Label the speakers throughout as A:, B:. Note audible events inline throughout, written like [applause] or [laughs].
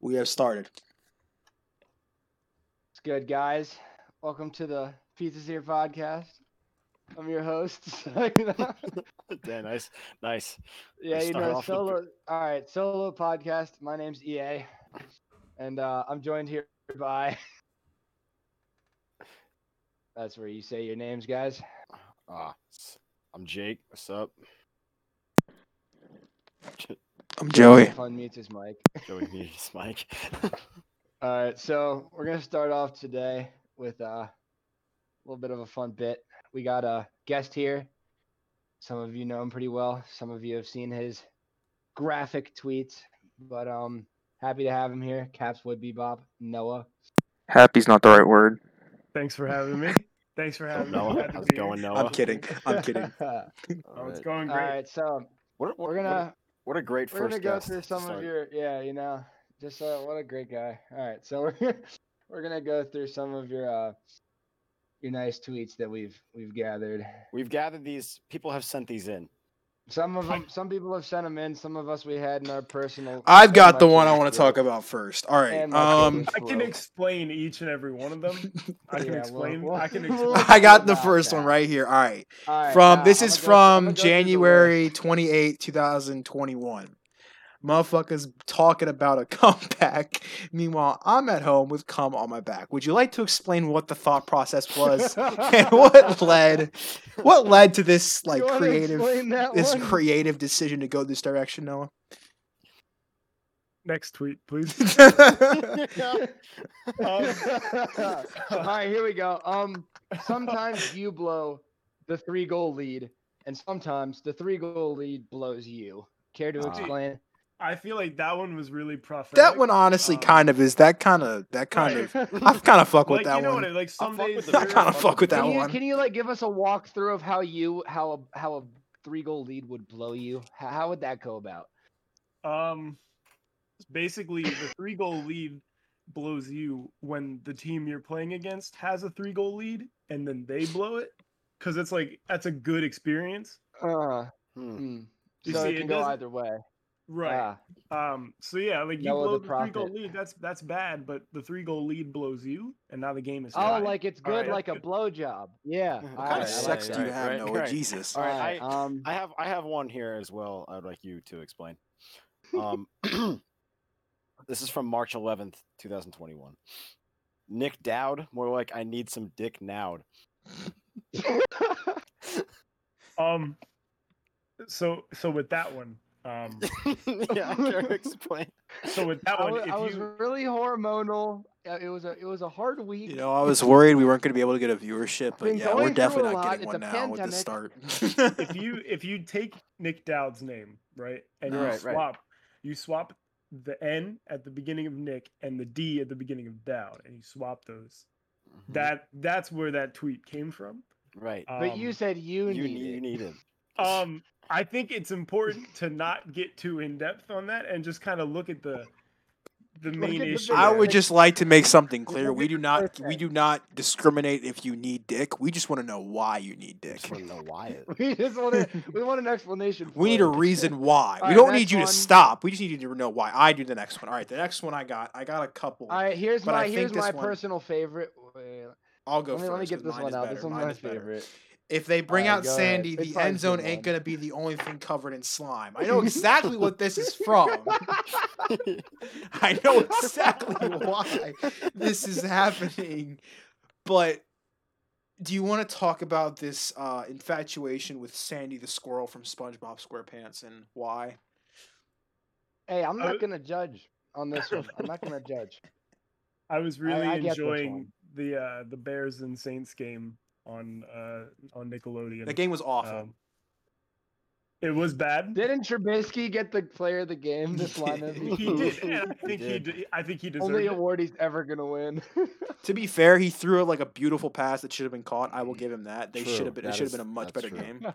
A: We have started.
B: It's good, guys. Welcome to the Pizza's Here podcast. I'm your host. [laughs]
C: [laughs] yeah, nice, nice.
B: yeah, you
C: start
B: know,
C: off with
B: solo. All right, solo podcast. My name's EA, and uh, I'm joined here by. [laughs] That's where you say your names, guys.
C: Ah, s- I'm Jake. What's [laughs] up,
A: I'm Joey.
B: Unmute his mic.
C: Joey? News,
B: [laughs]
C: Mike.
B: All right, so we're gonna start off today with uh, a little bit of a fun bit. We got a guest here. Some of you know him pretty well. Some of you have seen his graphic tweets, but um, happy to have him here. Caps would be Bob
C: [laughs]
B: Noah.
D: Happy's not the right word.
E: Thanks for having me. Thanks for having me.
C: Noah,
E: Glad to
C: how's it
E: be here.
C: going,
B: Oh.
C: Noah?
A: I'm kidding.
B: [laughs]
A: I'm kidding.
B: All
E: Oh, it's
C: Alright.
E: going great.
B: right, so
C: What, a- what,
B: we're
C: what a-
B: gonna
C: What a great
B: we're
C: 1st
B: gonna go
C: guest.
B: through
C: to
B: some of
C: start.
B: your yeah, you know, just uh, what a great guy. All right, so [laughs] we're we're gonna go through some of your uh your nice tweets that we've we've gathered.
C: We've gathered these. People have sent these in.
B: Some of them, some people have sent them in. Some of us we had in our personal.
A: I've
B: and
A: got
B: my
A: the one I
B: personal
A: want to
B: group.
A: talk about first. All right.
B: And my
A: Um,
B: personal
E: I can
B: group.
E: explain each and every one of them. I
B: Yeah,
E: can
B: we'll-
E: explain.
B: we'll-
E: I can
B: we'll-
E: explain.
A: [laughs] I got the
B: About
A: first one
B: that.
A: right here. All right.
B: All right,
A: From
B: now,
A: this
B: I'm
A: is
B: gonna go- I'm
A: from
B: gonna go through the
A: January
B: list.
A: 28, 2021. Motherfuckers talking about a [laughs] comeback. Meanwhile, I'm at home with cum on my back. Would you like to explain what the thought process
B: [laughs]
A: was [laughs] and what led what led to this like
B: You wanna
A: creative
B: explain that
A: this
B: one?
A: creative decision to go this direction,
B: [laughs]
A: Noah? [laughs]
E: Next tweet, please. Um,
B: [laughs] All right, here we go. Um, sometimes you blow the three goal lead, and sometimes the three goal lead blows you. Care to
C: Ah.
B: explain?
E: I feel like that one was really prophetic.
A: that one honestly
E: Um,
A: kind of is that kind of that kind
B: [laughs]
A: of I kind of fuck with
E: like,
A: that
E: you know
A: one.
E: What, like
C: I'll
E: some
C: fuck
E: days
C: with the
A: I
C: first
E: you're-
A: kind of fuck with that
B: can you,
A: one.
B: Can you like give us a walkthrough of how you how a how a three goal lead would blow you? How, how would that go about?
E: [laughs] Um, basically, the three goal lead blows you when the team you're playing against has a three goal lead, and then they blow it because it's like that's a good experience,
B: Uh,
C: Hmm.
B: hmm.
E: You
B: so
E: see,
B: it
E: it
B: can go
E: doesn't-
B: either way.
E: right?
B: Ah,
E: Um. So yeah, like you
B: Noah
E: blow
B: the
E: the, three goal
B: Prophet.
E: lead. That's that's bad. But the three goal lead blows you, and now the game is.
B: oh,
E: tied.
B: like it's
E: All
B: good,
E: right,
B: like a
E: that's
B: blowjob. Yeah.
C: What
A: What kind
B: all right,
C: kind
A: of
B: I
C: Alright,
A: sex
B: like
A: do
B: that.
A: you
C: right,
A: have,
C: right,
A: Noah?
C: right.
A: Jesus.
B: All
C: Alright,
B: right.
C: I-
B: um, [laughs]
C: I have I have one here as well. I'd like you to explain. Um, [clears throat] this is from March 11th, 2021. Nick Dowd, more like I need some dick nowed.
E: Um. So so with that one. Um.
C: [laughs] yeah, I can explain.
A: [laughs]
E: So with that
B: [laughs] I
E: one,
B: wa-
E: if
B: I was
E: you
B: really hormonal. Uh, It was a it was a hard week.
A: You know, I was worried we weren't going to be able to get a viewership, but
B: Been
A: yeah,
B: going
A: we're
B: through
A: definitely
B: a
A: not
B: lot.
A: getting
B: It's a
A: one now with this start.
E: [laughs]
A: [laughs]
E: if you if you take Nick Dowd's name right and you
C: Right, right.
E: swap you swap the N at the beginning of Nick and the D at the beginning of Dowd, and you swap those.
B: Mm-hmm.
E: That that's where that tweet came from.
C: right.
A: uh,
E: Um,
B: but you said you,
C: you
B: need.
C: need, you need him.
E: um i think it's important to not get too in-depth on that and just kind of look at the the
B: Look
E: main
B: at the
E: issue
A: I
B: big
E: there.
A: would just like to make something clear.
B: Look
A: We
B: at
A: do
B: the
A: not
B: first
A: we
B: thing.
A: do not discriminate if you need dick. We just want to know why you need dick.
C: Just [laughs] want to know why it.
B: [laughs] We just want
A: [laughs]
B: to, we want an explanation.
A: We need
B: for
A: a
B: it.
A: reason why.
B: All
A: we
B: right,
A: don't need
B: next
A: you
B: one.
A: to stop. We just need you to know why. I do the next one. All right, the next one I got. I got a couple.
B: All right, here's
A: But I
B: my
A: think
B: here's
A: this
B: my
A: one-
B: personal favorite. Wait,
A: I'll go
B: let me,
A: first.
B: let me
A: 'cause
B: get this
A: mine
B: one
A: is
B: out.
A: better.
B: This one's
A: Mine
B: my
A: is better.
B: favorite.
A: If they bring
B: Alright,
A: out
B: go ahead.
A: Sandy,
B: It's
A: the end
B: Seinfeld's
A: zone ain't
B: one.
A: gonna be the only thing covered in slime. I know [laughs] exactly what this is from.
B: [laughs]
A: I know [laughs]
C: [laughs]
A: exactly why [laughs] this is happening. But do you want to talk about this uh, infatuation with Sandy the squirrel from SpongeBob SquarePants and why?
B: Hey, I'm
E: Uh,
B: not gonna judge on this one. I'm not gonna judge.
E: [laughs] i was really
B: I get this
E: enjoying
B: one.
E: the uh the bears and saints game on uh on nickelodeon
A: The game was awful.
E: Um, it was bad
B: Didn't Trubisky get the player of the game this line? of-
E: he
B: [laughs]
E: did and i
C: He
E: think he,
C: did.
E: de- i think he deserved
B: Only
E: it.
B: award he's ever gonna win. [laughs]
A: to be fair, he threw it like a beautiful pass that should have been caught. I will give him that. They
C: Mm, True,
A: should have been. It
C: that
A: should have
C: is-
A: been a much
C: that's
A: better
C: true.
A: game.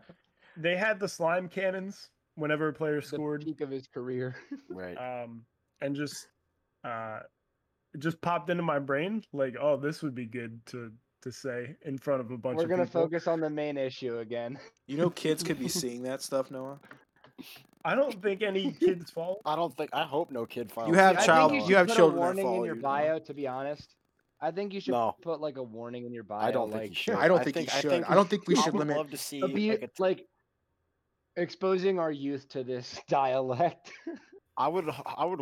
E: they had the slime cannons whenever a player
B: the
E: scored
B: peak of his career.
C: Right.
A: Uh,
E: um, and just uh, it just popped into my brain like, oh, this would be good to to say in front of a bunch
B: We're
E: of
B: gonna
E: people.
B: focus on the main issue again.
C: [laughs]
A: You know, kids could be seeing that stuff, Noah.
E: I don't
B: [laughs]
E: think any kids fall.
C: I don't think. I hope no kid filed.
A: You have
B: I think
A: child-
B: you, should
A: you have
B: put
A: children
B: a
A: that
B: warning
A: follow
B: in your
A: you, though.
B: bio. To be honest, I think you should
C: No.
B: put like a warning in your bio.
C: I don't
B: like,
C: think you should.
A: I don't think you should. I don't think we should
C: I would
A: limit-
C: love to see
B: abu-
C: like, a,
B: like exposing our youth to this [laughs] dialect.
C: I would. I would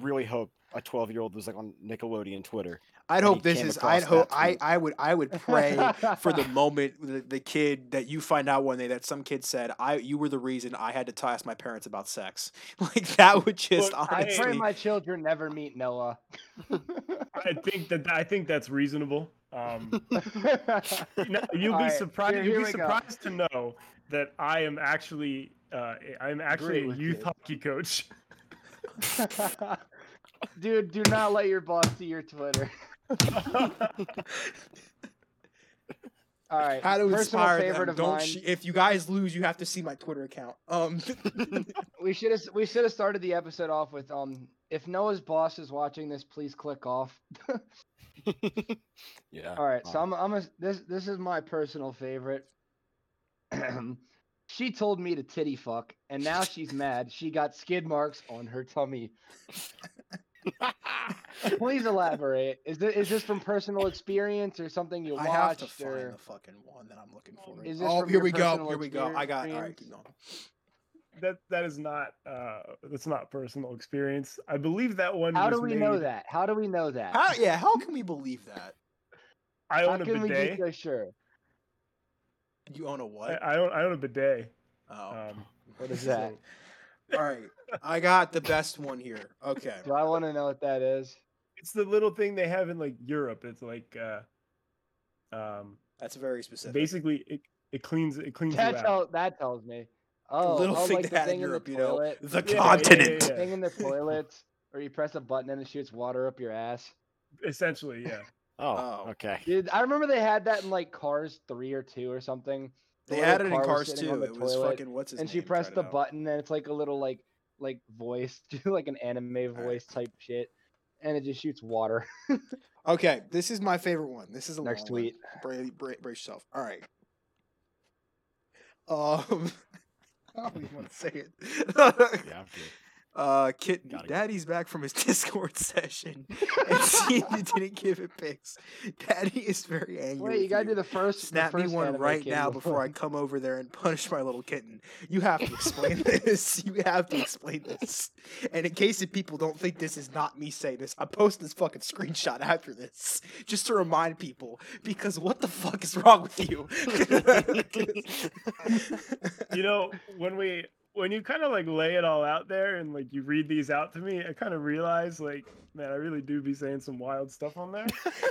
C: really hope a 12 year old was like on Nickelodeon Twitter.
A: I'd
C: and
A: hope
C: he
A: this
C: came
A: is.
C: across
A: I'd hope.
C: that
A: I.
C: tweet.
A: I would. I would
C: [laughs]
A: pray for the moment the, the kid that you find out one day that some kid said, "I you were the reason I had to t- ask my parents about sex." [laughs] Like that would just
E: Look,
B: [laughs]
E: I-
B: I pray
A: honestly.
B: my children never meet Noah. [laughs]
E: I think that I think that's reasonable. Um, no, you'll be
B: Alright,
E: surprised.
B: here- here
E: you'll
B: we
E: be
B: go.
E: surprised to know that I am actually uh, I'm actually a
B: with
E: youth
B: you.
E: hockey
B: [laughs]
E: coach.
B: Dude, do not let your boss see your Twitter. All right.
A: How to
B: personal
A: inspire
B: favorite
A: them?
B: of
A: Don't.
B: mine.
A: Sh- if you guys lose, you have to see my Twitter account. Um.
B: We should have we should have started the episode off with um if Noah's boss is watching this, please click off.
C: Yeah.
B: All right, so
C: Wow.
B: I'm I'm a, this this is my personal favorite. [clears throat] she told me to titty fuck, and now she's mad. She got skid marks on her
A: [laughs]
B: tummy. Please elaborate. Is this is this from personal experience or something
A: [laughs]
B: you
A: I
B: watched?
A: have to find
B: or...
A: the fucking one that I'm looking for.
B: Is this
A: Oh,
B: from
A: here
B: your
A: we go.
B: personal
A: Here we go. I got. All right,
B: experience?
A: keep going.
E: that that is not uh, that's not personal experience. I believe that one.
B: How
E: was
B: do we know
E: made-
B: that? How do we know that?
A: How? Yeah. How can we believe that?
E: I
B: How
E: own a
B: can we be
E: bidet.
B: so sure?
A: You own a
E: I,
A: what?
E: I own I own a bidet.
A: Oh.
E: Um,
B: What [laughs] is that?
A: All right. I got the best one here.
B: [laughs]
A: Okay.
B: Do I want to know what that is?
E: it's the little thing they have in like Europe. It's like uh, um,
A: That's very specific.
E: basically it, it cleans it cleans you
B: That
E: out.
B: tell, that tells me.
A: The
B: Oh,
A: little
B: oh,
A: thing
B: like
A: they had
B: the
A: in
B: thing in the
A: Europe, you know,
B: toilet.
A: the
E: Yeah, yeah, yeah,
A: continent.
E: yeah.
B: Thing
E: [laughs]
B: in the toilet, or you press a button and it shoots water up your ass.
E: Essentially, yeah.
C: Oh.
A: Oh.
C: Okay.
B: Dude, I remember they had had that in like Cars three or two or something. The
A: They
B: little
A: had it in
B: car was
A: Cars
B: sitting on
A: too.
B: the
A: It was
B: toilet,
A: fucking what's his
B: and
A: name?
B: she pressed
A: tried
B: the
A: it out.
B: button, and it's like a little like like voice, [laughs] like an anime
A: right.
B: voice type shit, and it just
A: [laughs]
B: shoots water.
A: Okay, this is my favorite one. This is a
B: Next
A: long
B: tweet.
A: One. Brace, brace, brace yourself. All right. Um, [laughs] I don't even want to say it.
C: Yeah. I'm good.
A: [laughs] Uh, kitten,
C: Gotta go.
A: Daddy's back from his [laughs] Discord
B: [laughs]
A: session and seeing you [laughs] didn't give it pics. Daddy is very angry.
B: Wait, you
A: with
B: gotta do the first. the
A: Snap me
B: first
A: one
B: anime
A: right
B: kid
A: now
B: one.
A: before I come over there and punish my little kitten. You have to explain this. You have to explain this. And in case if people don't think this is not me saying this, I'm posting this fucking screenshot after this just to remind people because what the fuck is wrong with you? [laughs]
E: you know when we when you kind of like lay it all out there and like you read these out to me i kind of realize like man i really do be saying some wild stuff on there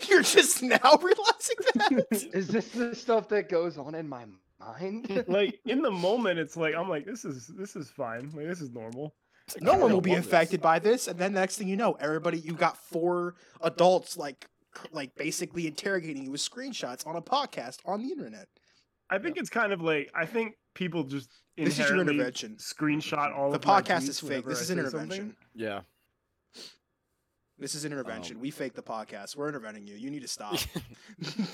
A: You're just now realizing that.
B: [laughs] Is this the stuff that goes on in my
A: [laughs]
B: mind?
E: like in the moment it's like i'm like this is this is fine like this is normal
C: It's like,
A: No
C: I
A: one will
C: don't
A: be
C: love this.
A: affected by this, and then next thing you know, everybody you got four adults like c- like basically interrogating you with screenshots on a podcast on the internet.
E: i think it's kind of like i think people just
A: This is your
E: inherently
A: intervention.
E: screenshot all
A: the
E: of my
A: podcast
E: tweets
A: is fake.
E: whenever
A: This
E: I
A: is
E: say
A: intervention.
E: something.
C: Yeah.
A: This is intervention. we fake the podcast. We're interventing you. You need to [laughs] stop.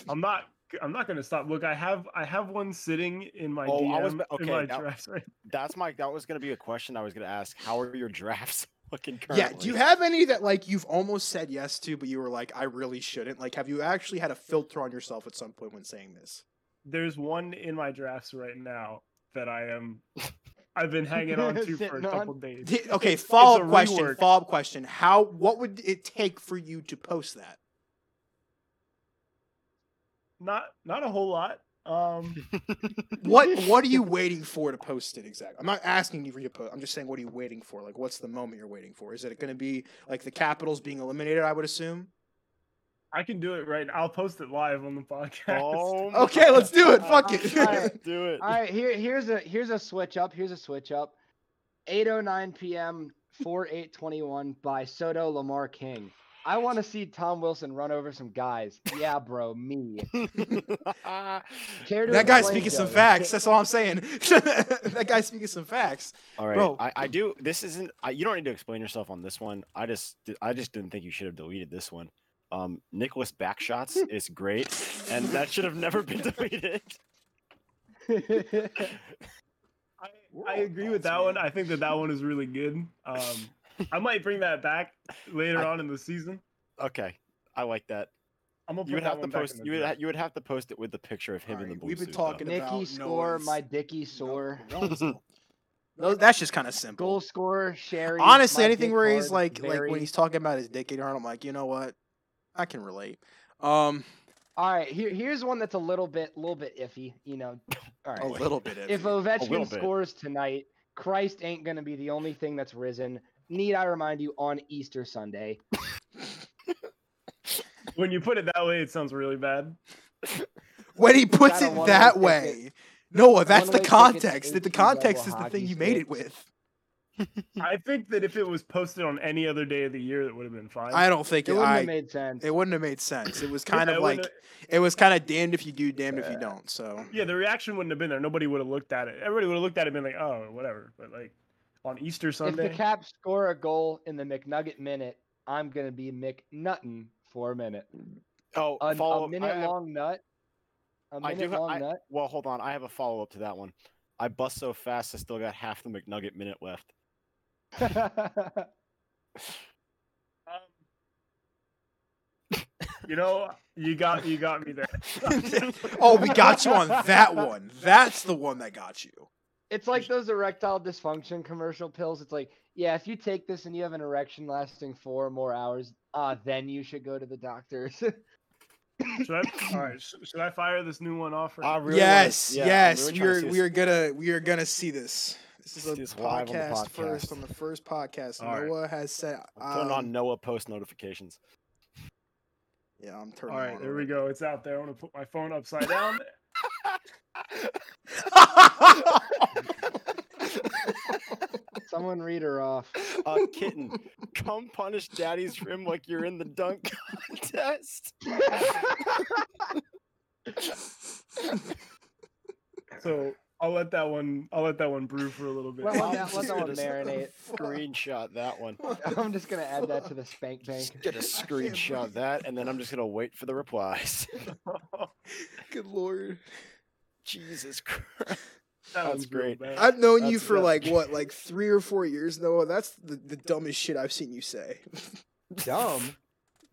E: i'm not i'm not gonna stop look i have i have one sitting in my
C: Oh,
E: DM,
C: I was ba-
E: in
C: okay,
E: my
C: now-
E: drafts right
C: That's my. That was gonna be a question I was gonna ask. How are your [laughs] drafts looking currently?
A: yeah. Do you have any that like you've almost said yes to, but you were like, I really shouldn't? Like, have you actually had a filter on yourself at some point when saying [laughs] this?
E: there's one in my drafts right now that i
C: [laughs]
E: am i've been hanging on to for a
B: Sitting on?
E: couple days
A: Th- Okay. Follow up
E: a
A: question.
E: rework.
A: Follow up question. How? What would it take for you to post that?
E: not not a whole lot. Um,
A: What What [laughs] are you waiting for to post it exactly? I'm not asking you for you to post. I'm just saying, what are you waiting for? Like, what's the moment you're waiting for? Is it going to be like the Capitals being eliminated? I would assume.
E: I can do it right. I'll post it live on the podcast.
C: Oh my
A: Okay, let's do it. Fuck
B: Uh,
A: it. [laughs]
B: alright.
C: Let's do it.
B: All right, here here's a here's a switch up. Here's a switch up. 8:09 p.m. 4821 by Soto Lamar King. I want to see Tom Wilson run over some guys. Yeah, bro, me. Care to
A: That guy's
B: explain,
A: speaking some
B: Joey?
A: facts. That's all I'm saying. [laughs] that guy's speaking some facts.
C: [laughs] All right,
A: Bro.
C: I, I do. This isn't. I, you don't need to explain yourself on this one. I just, di- I just didn't think you should have deleted this one. Um, Nicholas backshots
A: Hmm.
C: is great, and [laughs] that should have never been deleted.
B: All
E: I, I agree with that one. I think that that one is really good. Um, I might bring that back later
C: I-
E: on in the season.
C: Okay, I like that.
E: I'm gonna
C: You would
E: put that
C: have to
E: one back in
C: post.
E: the
C: You would.
E: draft.
C: Ha- you would have to post it with the picture of him in the
A: Alright,
C: blue
A: we've been
C: suit, though.
A: talking-
B: [laughs] Nicky
A: about no
B: score,
A: one's-
B: my Dicky
A: No, [laughs]
B: sore.
A: no one's cool. No, that's just kind of simple.
B: Goal scorer, Sherry.
A: Honestly,
B: my
A: anything
B: dick
A: where he's
B: hard,
A: like, like when
B: very-
A: he's talking about his dick getting hard, I'm like, you know what? I can relate. Um,
B: All right, here, here's one that's a little bit, little bit iffy. You know, all
A: a
B: right.
A: little bit.
B: If
A: iffy.
B: [laughs]
C: little
B: Ovechkin
C: bit.
B: scores tonight, Christ ain't gonna be the only thing that's risen. Need I remind you on Easter Sunday?
E: When you put it that way, it sounds really bad.
A: when he puts
B: got a
A: it
B: one-way
A: that
B: ticket. [laughs]
A: way. Noah, that's the
B: One-way ticket to
A: context. That the
B: HD double
A: context is the
B: hockey
A: thing you made it
B: sticks.
A: with.
E: I think that if it was posted on any other day of the year, that would have been fine.
A: I don't think
B: It
A: it.
B: wouldn't
A: I,
B: have made sense.
A: it wouldn't have made sense. It was
E: Yeah,
A: kind
E: it
A: of like
E: wouldn't
A: it was kind of damned if you do, damned if you don't. So
E: have- yeah, the reaction wouldn't have been there. Nobody would have looked at it. Everybody would have looked at it and been like, oh, whatever. But like on Easter Sunday,
B: If the Caps score a goal in the McNugget minute, I'm gonna be McNuttin for a minute.
C: Oh,
B: A, a
C: follow up. I
B: minute
C: have-
B: long nut. A
C: I do.
B: minute
C: ha-
B: long
C: I-
B: nut. [laughs]
C: well, hold on. I have a follow up to that one. I bust so fast, I still got half the McNugget minute left.
E: um, you know, you got you got me there.
A: [laughs] oh, we got you on that one. That's the one that got you.
B: It's like those erectile dysfunction commercial pills. It's like, yeah, if you take this and you have an erection lasting four or more hours, uh, then you should go to the doctor.
E: [laughs] Should I, all right, sh- should I fire this new one off?
C: I
E: Right
C: really wanna-
A: yes,
C: yeah, I'm
A: yes,
C: really
A: we
C: trying
A: are
C: to see
A: we
C: this.
A: are gonna we are gonna see this. This is a
C: See this live on the
A: podcast, first
C: podcast.
A: on the first podcast.
E: All right.
A: Noah has said,
C: I'm turning
A: um,
C: on Noah post notifications.
A: "Yeah, I'm
E: now?
A: turning."
E: all right,
A: on
E: there we go. It's out there. I'm gonna put my phone upside down.
B: [laughs]
A: [laughs]
B: Someone read her off.
C: [laughs] A Uh, kitten, come punish Daddy's rim like you're in the dunk contest.
E: So I'll let that one. I'll let that one brew for a little bit.
B: Well,
C: Wow,
B: well, that was
C: dude,
B: on
C: what
A: [laughs]
C: the
B: marinate.
C: [laughs] Screenshot that one.
B: [laughs] I'm just gonna add that to the spank bank.
C: Just get [laughs] a screenshot that, and then I'm just gonna wait for the replies. [laughs]
A: Good lord.
C: Jesus Christ.
E: That
C: That's
E: one's real
C: great.
E: bad.
A: I've known you
C: That's-
A: for
C: that-
A: like what, like three or four years, Noah. That's the, the dumbest shit I've seen you say.
B: Dumb.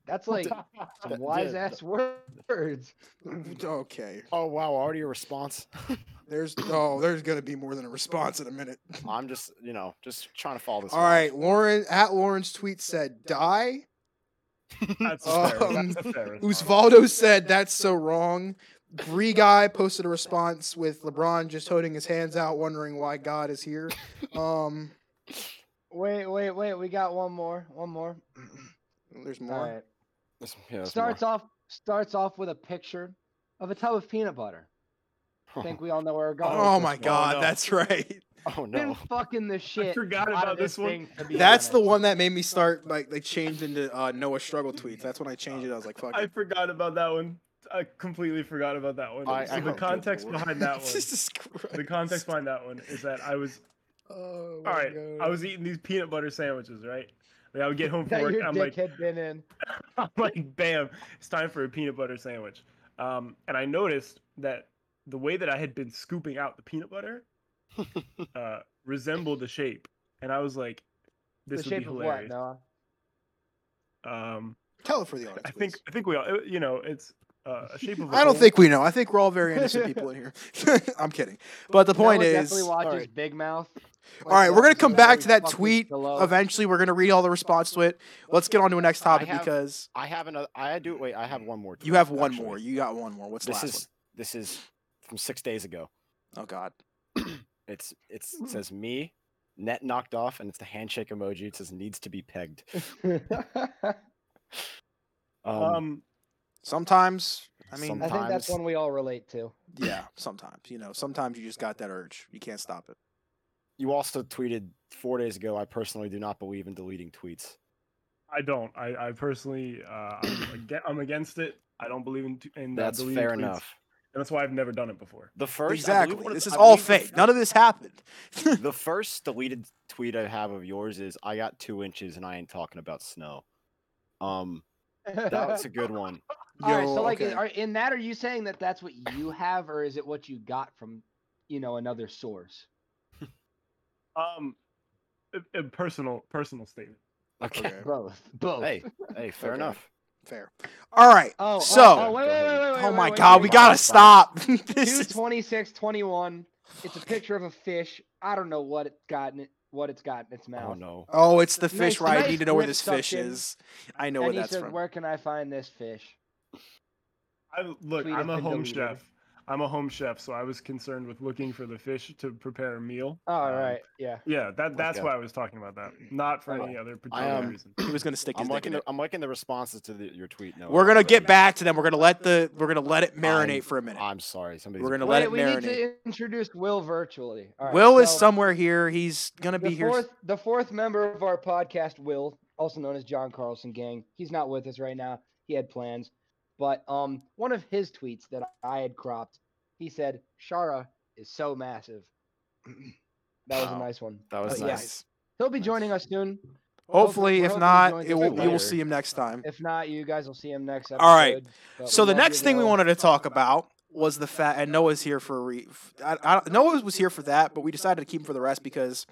B: That's [laughs] like
C: That-
B: some wise
C: yeah,
B: ass words.
A: [clears throat] okay.
C: Oh wow, already a response.
A: There's oh, there's gonna be more than a response in a minute.
C: I'm just, you know, just trying to follow this.
A: All
C: [laughs]
A: right, Lauren at Lauren's tweet said die.
E: That's a fair.
A: [laughs] Um,
E: that's a fair response.
A: Usvaldo said that's so wrong. Bree guy posted a response with LeBron just holding his hands out, wondering why God is here. Um,
B: Wait, wait, wait. We got one more. One more.
A: there's
B: All
A: more.
B: right.
C: This- yeah, there's
B: starts off starts off with a picture of a tub of peanut butter. I
C: more. [laughs]
B: think we all know where we're going.
A: Oh
B: with
A: my
B: this one.
A: God,
C: no.
A: that's right.
C: Oh
B: Been
C: no.
B: fucking the shit.
E: forgot
B: out of
E: about this one.
B: thing, to be
A: That's the
B: honest.
A: one that made me start like they changed into uh, Noah struggle tweets. That's when I changed it. I was like, fuck.
E: I
A: It.
E: forgot about that one. I completely forgot about that one.
C: I-
E: so
C: I
E: the
C: hope-
E: context behind that
A: [laughs]
E: one.
A: Jesus Christ.
E: The context behind that one is that I was
A: Oh, my
E: all right.
A: God.
E: I was eating these peanut butter sandwiches, right? Like I would get home from
B: [laughs] that
E: work.
B: your
E: I'm
B: dick
E: like,
B: had been in.
E: I'm like, bam, it's time for a peanut butter sandwich. Um, and I noticed that the way that I had been scooping out the peanut butter uh, resembled the shape, and I was like, this
B: the
E: would
B: shape
E: be
B: of what,
E: hilarious.
B: Noah?
E: um,
A: Tell it for the audience.
E: I think
A: please.
E: I think we all, you know, it's uh, a shape of. I
A: I don't think we know. I think we're all very innocent people in here. [laughs] I'm kidding. But the point
B: Noah
A: is,
B: definitely watches
A: alright.
B: Big Mouth.
A: All right, we're
B: that
A: gonna
B: is
A: come
B: very
A: back to that
B: fucking
A: tweet
B: below. [laughs]
A: eventually. We're gonna read all the response to it. Let's get on to a next topic
C: have-
A: because
C: I have another. I do. Wait, I have one more.
A: you
C: tweet,
A: have one
C: actually.
A: more. You got one more. What's the
C: this
A: last
C: is this is from six days ago.
A: one? Oh God.
C: [clears throat] It's it's it says me net knocked off, and it's the handshake emoji. It says needs to be pegged. Um,
E: Um,
A: Sometimes I mean,
B: I think that's
C: Sometimes-
B: one we all relate to.
A: yeah. Sometimes you know. Sometimes you just got that urge. You can't stop it.
C: you also tweeted four days ago. I personally do not believe in deleting tweets.
E: I don't. I, I personally, uh,
C: [clears throat]
E: I'm, aga- I'm against it. I don't believe in. t- in uh,
C: That's
E: deleting
C: fair
E: tweets,
C: enough.
E: And that's why I've never done it before.
C: The first I believe
A: exactly.
C: one of
A: This
C: the-
A: is
C: I
A: all
C: believe the
A: fake. None of this happened.
C: [laughs]
A: [laughs]
C: the first deleted tweet I have of yours is I got two inches and I ain't talking about snow. Um,
B: [laughs]
C: that was a
A: [laughs]
C: good one.
B: All right, so
A: Yo,
B: like,
A: okay.
B: are, in that, are you saying that that's what you have, or is it what you got from, you know, another source?
E: Um, a, a personal personal statement.
C: Okay.
A: Eh.
B: [laughs] Both. Both.
C: Hey, hey, fair
A: Okay.
C: enough.
A: Fair. All right.
B: Oh, oh,
A: so,
B: oh,
A: oh,
B: wait, wait, wait, wait, wait,
A: my
B: wait, wait,
A: God,
B: wait,
A: we
B: wait.
A: gotta stop. [laughs] this
B: Two
A: is
B: twenty-six, twenty-one. It's a picture of a fish. I don't know what it's gotten. it- What it's got in its mouth.
C: Oh no.
A: Oh, it's the
B: Nice-
A: fish where I
B: nice
A: need to know where
B: grip
A: this fish
B: suction.
A: is. I know
B: And
A: where
B: he
A: that's
B: said,
A: from.
B: "Where can I find this fish?"
E: I look.
B: Tweet
E: I'm
B: has
E: a
B: been
E: home
B: deleted.
E: chef. I'm a home chef, so I was concerned with looking for the fish to prepare a meal.
B: Oh, all
E: Um,
B: right, yeah.
E: Yeah, that that's
C: God.
E: why I was talking about that, not for
B: Oh.
E: any other particular
C: um,
E: reason.
A: He was gonna stick
C: I'm
A: his dick
C: liking
A: in
C: the,
A: it.
C: I'm liking the responses to the, your tweet. No,
A: We're gonna get back to them. We're gonna let the we're gonna let it marinate
C: I'm-
A: for a minute.
C: I'm sorry. Somebody's
A: We're gonna
B: Wait,
A: let it
B: we need
A: marinate.
B: to introduce Will virtually. All right,
A: Will is
B: so
A: somewhere here. He's gonna
B: the
A: be here.
B: Fourth, the fourth member of our podcast, Will, also known as John Carlson Gang. He's not with us right now. He had plans, but um, one of his tweets that I had cropped, he said, "Shara is so massive." [clears throat] that was
C: Wow.
B: a nice one.
C: That was
B: But
A: Oh,
B: yeah,
C: nice.
B: he'll be
C: Nice.
B: joining us soon.
A: Hopefully,
B: we're
A: if
B: hoping he
A: not,
B: joins
A: it
B: us
A: will, you will
C: later.
A: see him next time.
B: If not, you guys will see him next episode.
A: All right.
B: but
A: So
B: we
A: the
B: love you,
A: next thing we
B: Will.
A: wanted to talk about was the fact, and Noah's here for a re- f- I, I, don't- Noah was here for that, but we decided to keep him for the rest because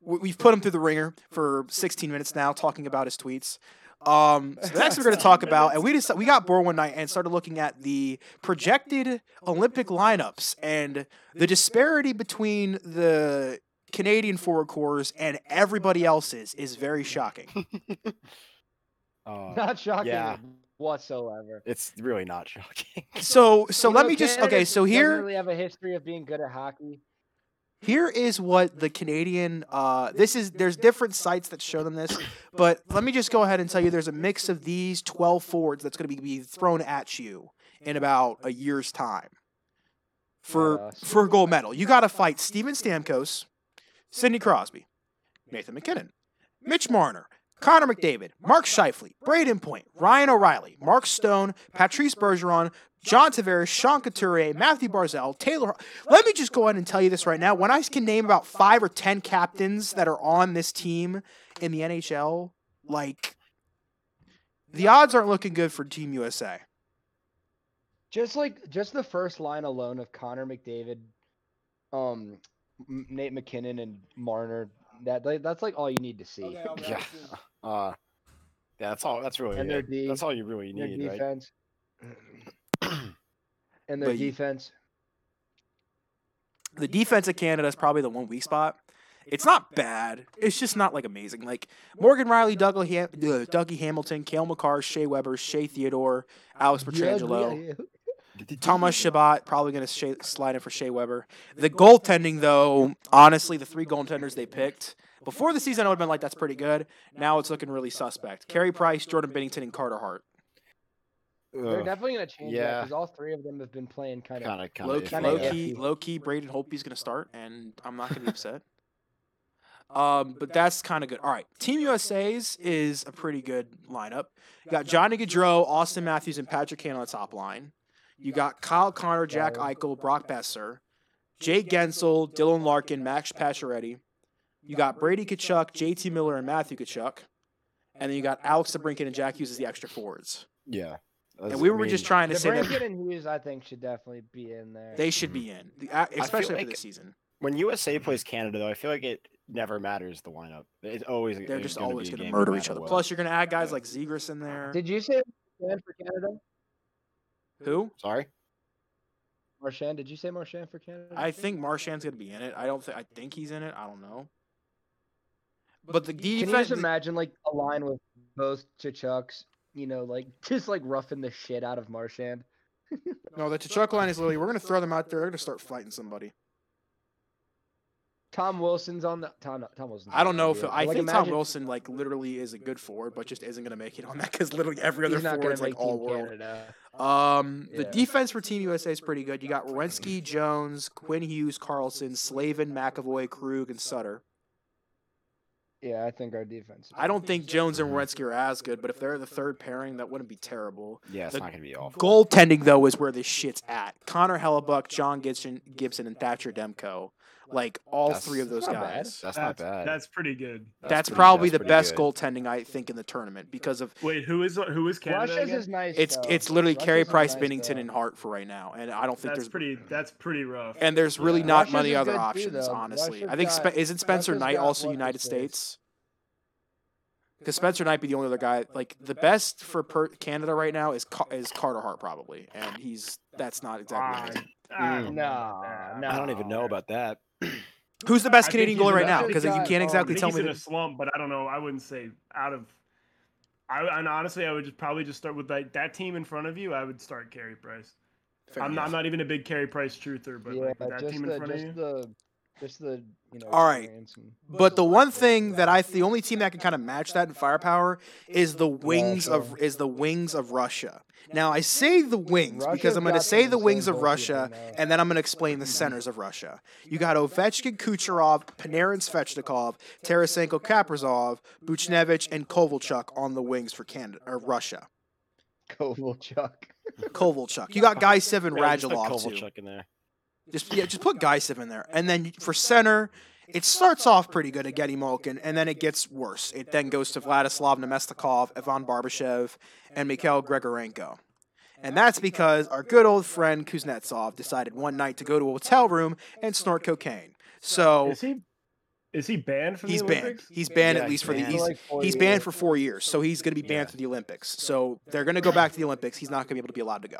A: we, we've put him through the ringer for 16 minutes now talking about his tweets. Um, so the next we're going [laughs] to talk about, and we just we got bored one night and started looking at the projected Olympic lineups and the disparity between the Canadian forward cores and everybody else's is very shocking. [laughs]
B: [laughs]
C: Uh,
B: [laughs] Not shocking
C: yeah.
B: whatsoever.
C: it's really
A: [laughs]
C: not shocking.
A: So so
B: You
A: let
B: know,
A: me just
B: Canada
A: okay. So
B: doesn't
A: here
B: really have a history of being good at hockey.
A: Here is what the Canadian. Uh, this is there's different sites that show them this, but let me just go ahead and tell you there's a mix of these 12 forwards that's going to be, be thrown at you in about a year's time for
B: Yes.
A: for a gold medal. You got to fight Steven Stamkos, Sidney Crosby, Nathan McKinnon, Mitch Marner, Connor McDavid, Mark Scheifele, Braden Point, Ryan O'Reilly, Mark Stone, Patrice Bergeron, John Tavares, Sean Couturier, Matthew Barzell, Taylor. Let me just go ahead and tell you this right now. When I can name about five or ten captains that are on this team in the NHL, like the odds aren't looking good for Team USA.
B: Just like just the first line alone of Connor McDavid, um, M- Nate McKinnon and Marner. That like, that's like all you need to see.
C: yeah. Uh, yeah, that's all. That's really.
B: And their
C: it.
B: D-
C: that's all you really
B: Their
C: need, right?
A: [clears throat]
B: defense. and their
A: But you-
B: defense.
A: The defense of Canada is probably the one weak spot. It's not bad. It's just not like amazing. Like Morgan Riley, Dougal Ham- uh, Dougie Hamilton, Kale McCarr, Shea Weber, Shea Theodore, Alex Petrangelo. Thomas Shabbat probably going to sh- slide in for Shea Weber. The goaltending, though, honestly, the three goaltenders they picked before the season, I would have been like, that's pretty good. Now it's looking really suspect. Carey Price, Jordan Bennington, and Carter Hart.
B: They're definitely gonna change that
C: yeah.
B: because all three of them have been playing kind of.
C: Kind of,
A: Low key,
B: kinda
A: low
B: iffy.
A: key, low key. Braden Holtby's going to start, and I'm not going to be upset. Um, but that's kind of good. All right, Team USA's is a pretty good lineup. You got Johnny Gaudreau, Austin Matthews, and Patrick Kane on the top line. You got Kyle Connor, Jack
B: Solid.
A: Eichel, Brock Besser, Jake Gensel, Dylan Larkin, Max Pacioretty. You got Brady Kachuk, JT Miller, and Matthew Kachuk. And then you got Alex DeBrinket and Jack Hughes as the extra forwards.
C: Yeah.
A: And we were just trying to say that
B: DeBrincat and Hughes, I think, should definitely be in there.
A: they should be in, the- uh, especially after
C: like-
A: this season.
C: When USA plays Canada, though, I feel like it never matters the lineup. It's always
A: They're
C: it's
A: just
C: gonna
A: always
C: be
A: going
C: a
A: to
C: game no
A: murder each
C: matter
A: other.
C: what.
A: Plus, you're going to add guys like Zegers in there.
B: Did you say Marchand for Canada?
A: Who?
C: sorry,
B: Marchand? Did you say Marchand for Canada?
A: I think Marchand's going to be in it. I don't think. I think he's in it. I don't know. But the
B: Can you
A: defense.
B: just imagine like a line with both Chuchucks, you know, like [laughs] just like roughing the shit out of Marchand?
A: No, the Tuchuk line is literally. We're going to throw them out there. They're going to start fighting somebody.
B: Tom Wilson's on the Tom Tom Wilson.
A: I don't know if I think Tom Wilson like literally is a good forward, but just isn't going to make it on that because literally every other
B: He's not
A: forward
B: gonna
A: is like
B: make
A: all
B: Team
A: world.
B: Canada.
A: Um, the
B: Yeah.
A: defense for Team USA is pretty good. You got Wierenski, Jones, Quinn Hughes, Carlson, Slavin, McAvoy, Krug, and Sutter.
B: Yeah, I think our defense.
A: I don't think Jones and Wierenski are as good, but if they're the third pairing, that wouldn't be terrible.
C: yeah, it's
A: The
C: not gonna be awful.
A: Goaltending though is where this shit's at. Connor Hellebuck, John Gibson, Gibson, and Thatcher Demko like all
F: That's-
A: three of those
F: that's not bad.
A: guys.
F: That's, not
E: that's,
F: bad.
E: That's pretty good.
A: That's,
F: pretty-
A: probably the
F: pretty
A: best
F: good.
A: goaltending I think in the tournament because of
E: Wait, who is who is Canada?
B: Russia's
E: again?
B: is nice.
A: it's
B: though.
A: it's literally
B: Russia's
A: Carey
B: is
A: Price,
B: nice,
A: Bennington,
B: though.
A: and Hart for right now, and I don't think
E: That's
A: there's
E: pretty. That's pretty rough.
A: and there's really
F: Yeah.
A: not
B: Russia's
A: many
B: a
A: other
B: good too,
A: options.
B: though.
A: honestly, I
B: Russia's
A: think Spe-
B: got-
A: isn't Spencer
B: Russia's
A: Knight
B: got
A: also
B: what's-his-face.
A: United States? Because Spencer Knight be the only other guy. Like the best for per- Canada right now is Ca- is Carter Hart probably, and he's that's not
E: Ah,
A: exactly.
E: ah,
B: Mm.
E: nah,
B: No,
C: I
E: nah.
C: don't even know about
A: [clears throat]
C: that.
A: Who's the best
E: I think
A: Canadian
E: he's
A: goalie
E: the
A: right now?
B: best.
A: Because you
B: He's got,
A: can't
B: um,
E: I
A: exactly
E: think
A: tell
E: he's
A: me.
E: in a slump, but I don't know. I wouldn't say out of. I and honestly, I would just probably just start with like that team in front of you. I would start Carey Price. I'm not, I'm not even a big Carey Price truther, but
B: yeah,
E: like, with that
B: just
E: team in
B: the,
E: front of
B: just
E: you.
B: the, just the, you know.
A: All right.
B: experience and-
A: But the one thing that I, the only team that can kind of match that in firepower is the wings of is the wings of Russia. Now I say the wings because
B: Russia's
A: I'm going to
B: got
A: say
B: some
A: the wings
B: insane
A: of Russia,
B: goalkeeping, though.
A: and then I'm going to explain the centers of Russia. You got Ovechkin, Kucherov, Panarin, Svechnikov, Tarasenko, Kaprizov, Buchnevich, and Kovalchuk on the wings for Canada or Russia.
B: [laughs] Kovalchuk.
A: Kovalchuk. You got Guy Seven
C: Yeah, just put
A: Radulov too.
C: Kovalchuk in there.
A: Just yeah, just put Geisef in there, and then for center, it starts off pretty good at Getty Malkin, and then it gets worse. It then goes to Vladislav Nemestikov, Ivan Barbashev, and Mikhail Gregorenko. And that's because our good old friend Kuznetsov decided one night to go to a hotel room and snort cocaine. So
E: Is he? Is he banned from
A: Oh. he's
E: the
A: banned.
E: Olympics?
A: He's banned
C: Yeah,
A: at least for the
C: he's
A: he's,
B: like four
A: he's
B: years.
A: banned for four years, so he's going to be banned
C: Yeah.
A: for the Olympics. So they're going to go back to the Olympics. He's not going to be able to be allowed to go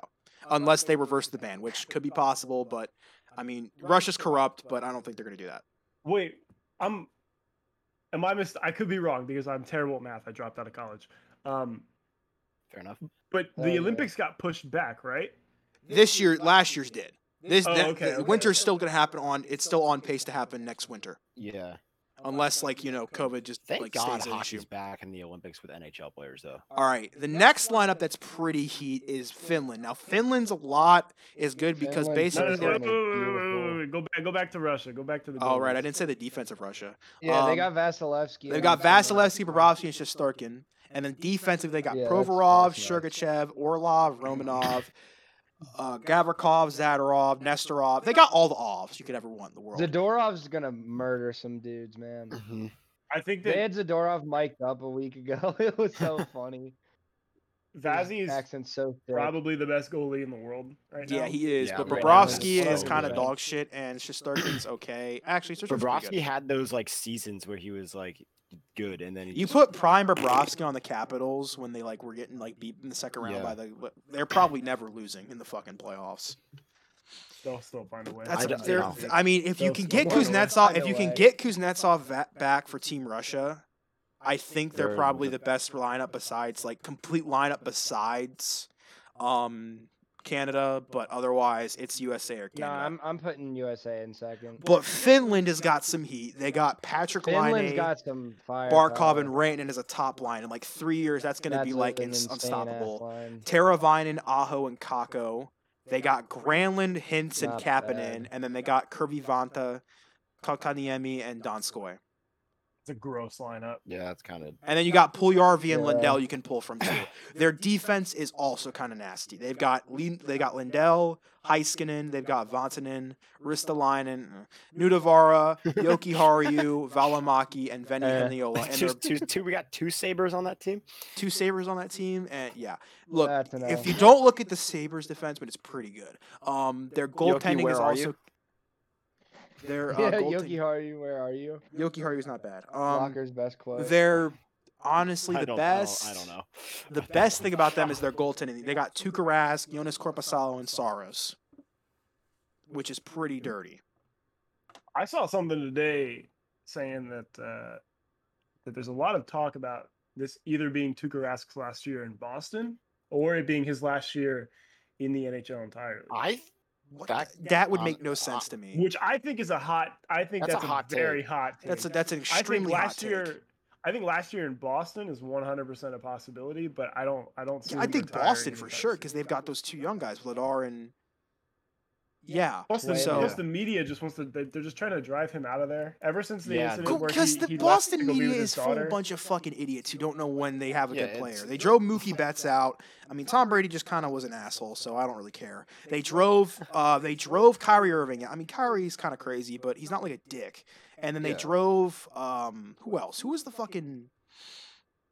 A: unless they reverse the ban, which could be possible. But I mean, Russia's corrupt, but I don't think they're going to do that.
E: Wait, I'm. Am I missed? I could be wrong because I'm terrible at math. I dropped out of college. Um,
C: Fair enough.
E: but
B: Oh,
E: the
B: yeah.
E: Olympics got pushed back, right?
A: This year, last year's did. This
E: Oh,
A: that-
E: okay,
A: the
E: okay.
A: winter's still going to happen on. It's still on pace to happen next winter,
C: Yeah.
A: unless like you know COVID just
C: Thank
A: like
C: God
A: stays an issue.
C: hockey's back in the Olympics with NHL players, though.
A: All right. The next lineup that's pretty heat is Finland. Now Finland's a lot is good because
B: Finland
E: No, no,
A: basically
E: no,
A: they're
E: wait,
B: Finland.
E: wait, wait, wait, wait, wait, wait, Go back. Go back to Russia. Go back to the.
A: Oh right,
E: Belarus.
A: I didn't say the defense of Russia.
B: Yeah, they
A: Um,
B: got Vasilevsky.
A: They've got Vasilevsky, Bobrovsky, and Shostakin. And then defensively, they got
B: Yeah, that's-
A: Provorov,
B: that's nice.
A: Shergachev, Orlov, Romanov, uh, Gavrikov, Zadarov, Nestorov. They got all the ovs you could ever want in the world.
B: Zadorov's gonna murder some dudes,
A: [clears throat]
B: man.
E: I think
B: They
E: that
B: had Zadorov mic'd up a week ago. [laughs] It
A: [laughs]
B: was so funny. His
E: Vazzy is
B: accent's so thick.
E: probably the best goalie in the world right now.
A: yeah, he is.
C: Yeah,
A: but
C: right
E: now
A: Bobrovsky
E: it's
A: is
E: slow,
A: kind of
C: yeah.
A: dog shit, and Shostakin's okay. Actually, Shostakin's pretty
C: Bobrovsky
A: good.
C: had those like seasons where he was like good, and then he
A: You
C: just-
A: put prime Bobrovsky on the Capitals when they like were getting like beat in the second round
C: Yeah.
A: by the. They're probably never losing in the fucking playoffs.
E: They'll still find a way.
A: That's
C: I
A: I,
C: don't-
A: they're,
C: no.
A: I mean, if you
E: They'll
A: can
E: still
A: get
E: find a way.
A: Kuznetsov,
B: Find
A: if
B: a
A: you can
B: way.
A: get Kuznetsov va- back for Team Russia, I think they're
C: They're
A: probably
C: the-
A: the best lineup besides like complete lineup besides um Canada, but otherwise it's USA or
B: Nah,
A: Canada.
B: I'm I'm putting USA in second.
A: but Finland has got some heat. They got Patrick
B: Finland's
A: Line,
B: got some fire.
A: Barkov, and Rantanen as a top line. In like three years, that's going to be like ins- unstoppable. Tara Vinen, Aho, and Kako. They got Granlund, Hintz, and
B: Not
A: Kapanen,
B: bad.
A: and then they got Kirby Vanta, Kalkaniemi, and Donskoy.
E: It's a gross lineup.
C: yeah, that's kind of
A: And then you got Puljujärvi and
B: Yeah.
A: Lindell you can pull from too. Their defense is also kind of nasty. They've got Lin- they got Lindell, Heiskanen, they've got Vantanen, Ristolainen, uh, Nudavara, Yoki Haru, Valamaki, and Veni
B: Uh,
A: Heniola. And
C: two,
A: they're
C: two, two, we got two sabers on that team.
A: two Sabres on that team. And yeah, look,
B: That's an
A: if
E: um,
B: L. [laughs]
A: you don't look at the Sabres defense, but it's pretty good. Um, their goaltending
C: where
A: is
C: are
A: also.
C: you?
A: Their uh,
B: yeah, Yoki
A: goaltending-
B: Haru, where are you?
A: Yoki Haru's not bad. Um,
B: Locker's best quote.
A: they're honestly
C: I
A: the
C: don't
A: best.
C: Know, I don't know.
A: The best thing about them is their goaltending. They got Tuukka Rask, Jonas Corposalo, and Soros, which is pretty dirty.
E: I saw something today saying that uh, that there's a lot of talk about this either being Tuukka Rask's last year in Boston or it being his last year in the NHL entirely,
C: I
A: What
C: That-
A: the- that would
C: um,
A: make no
C: uh,
A: sense to me.
E: which I think is a hot. I think
C: That's
E: that's,
C: a
E: a,
C: hot take.
E: very hot. Take.
A: That's a, that's an
E: I think
A: extremely hot
E: last
A: take.
E: year. I think last year in Boston is 100% a possibility, but I don't. I don't. See
A: Yeah, I
E: him
A: think
E: retiring
A: Boston for
E: anytime
A: sure
E: soon.
A: because they've got those two young guys, Vladar and Yeah.
E: Plus the,
A: So-
E: plus the media just wants to. they- They're just trying to drive him out of there. Ever since the
C: Yeah,
E: incident where
A: Because
E: he-
A: the
E: he left to
A: Boston
E: go be with
A: media
E: his
A: is full
E: daughter.
A: bunch of fucking idiots who don't know when they have a
C: Yeah,
A: good
C: it's-
A: player. They drove Mookie Betts out. I mean, Tom Brady just kind of was an asshole, so I don't really care. They drove, uh, they drove Kyrie Irving. I mean, Kyrie's kind of crazy, but he's not like a dick. And then they
B: Yeah.
A: drove, um, who else? Who was the fucking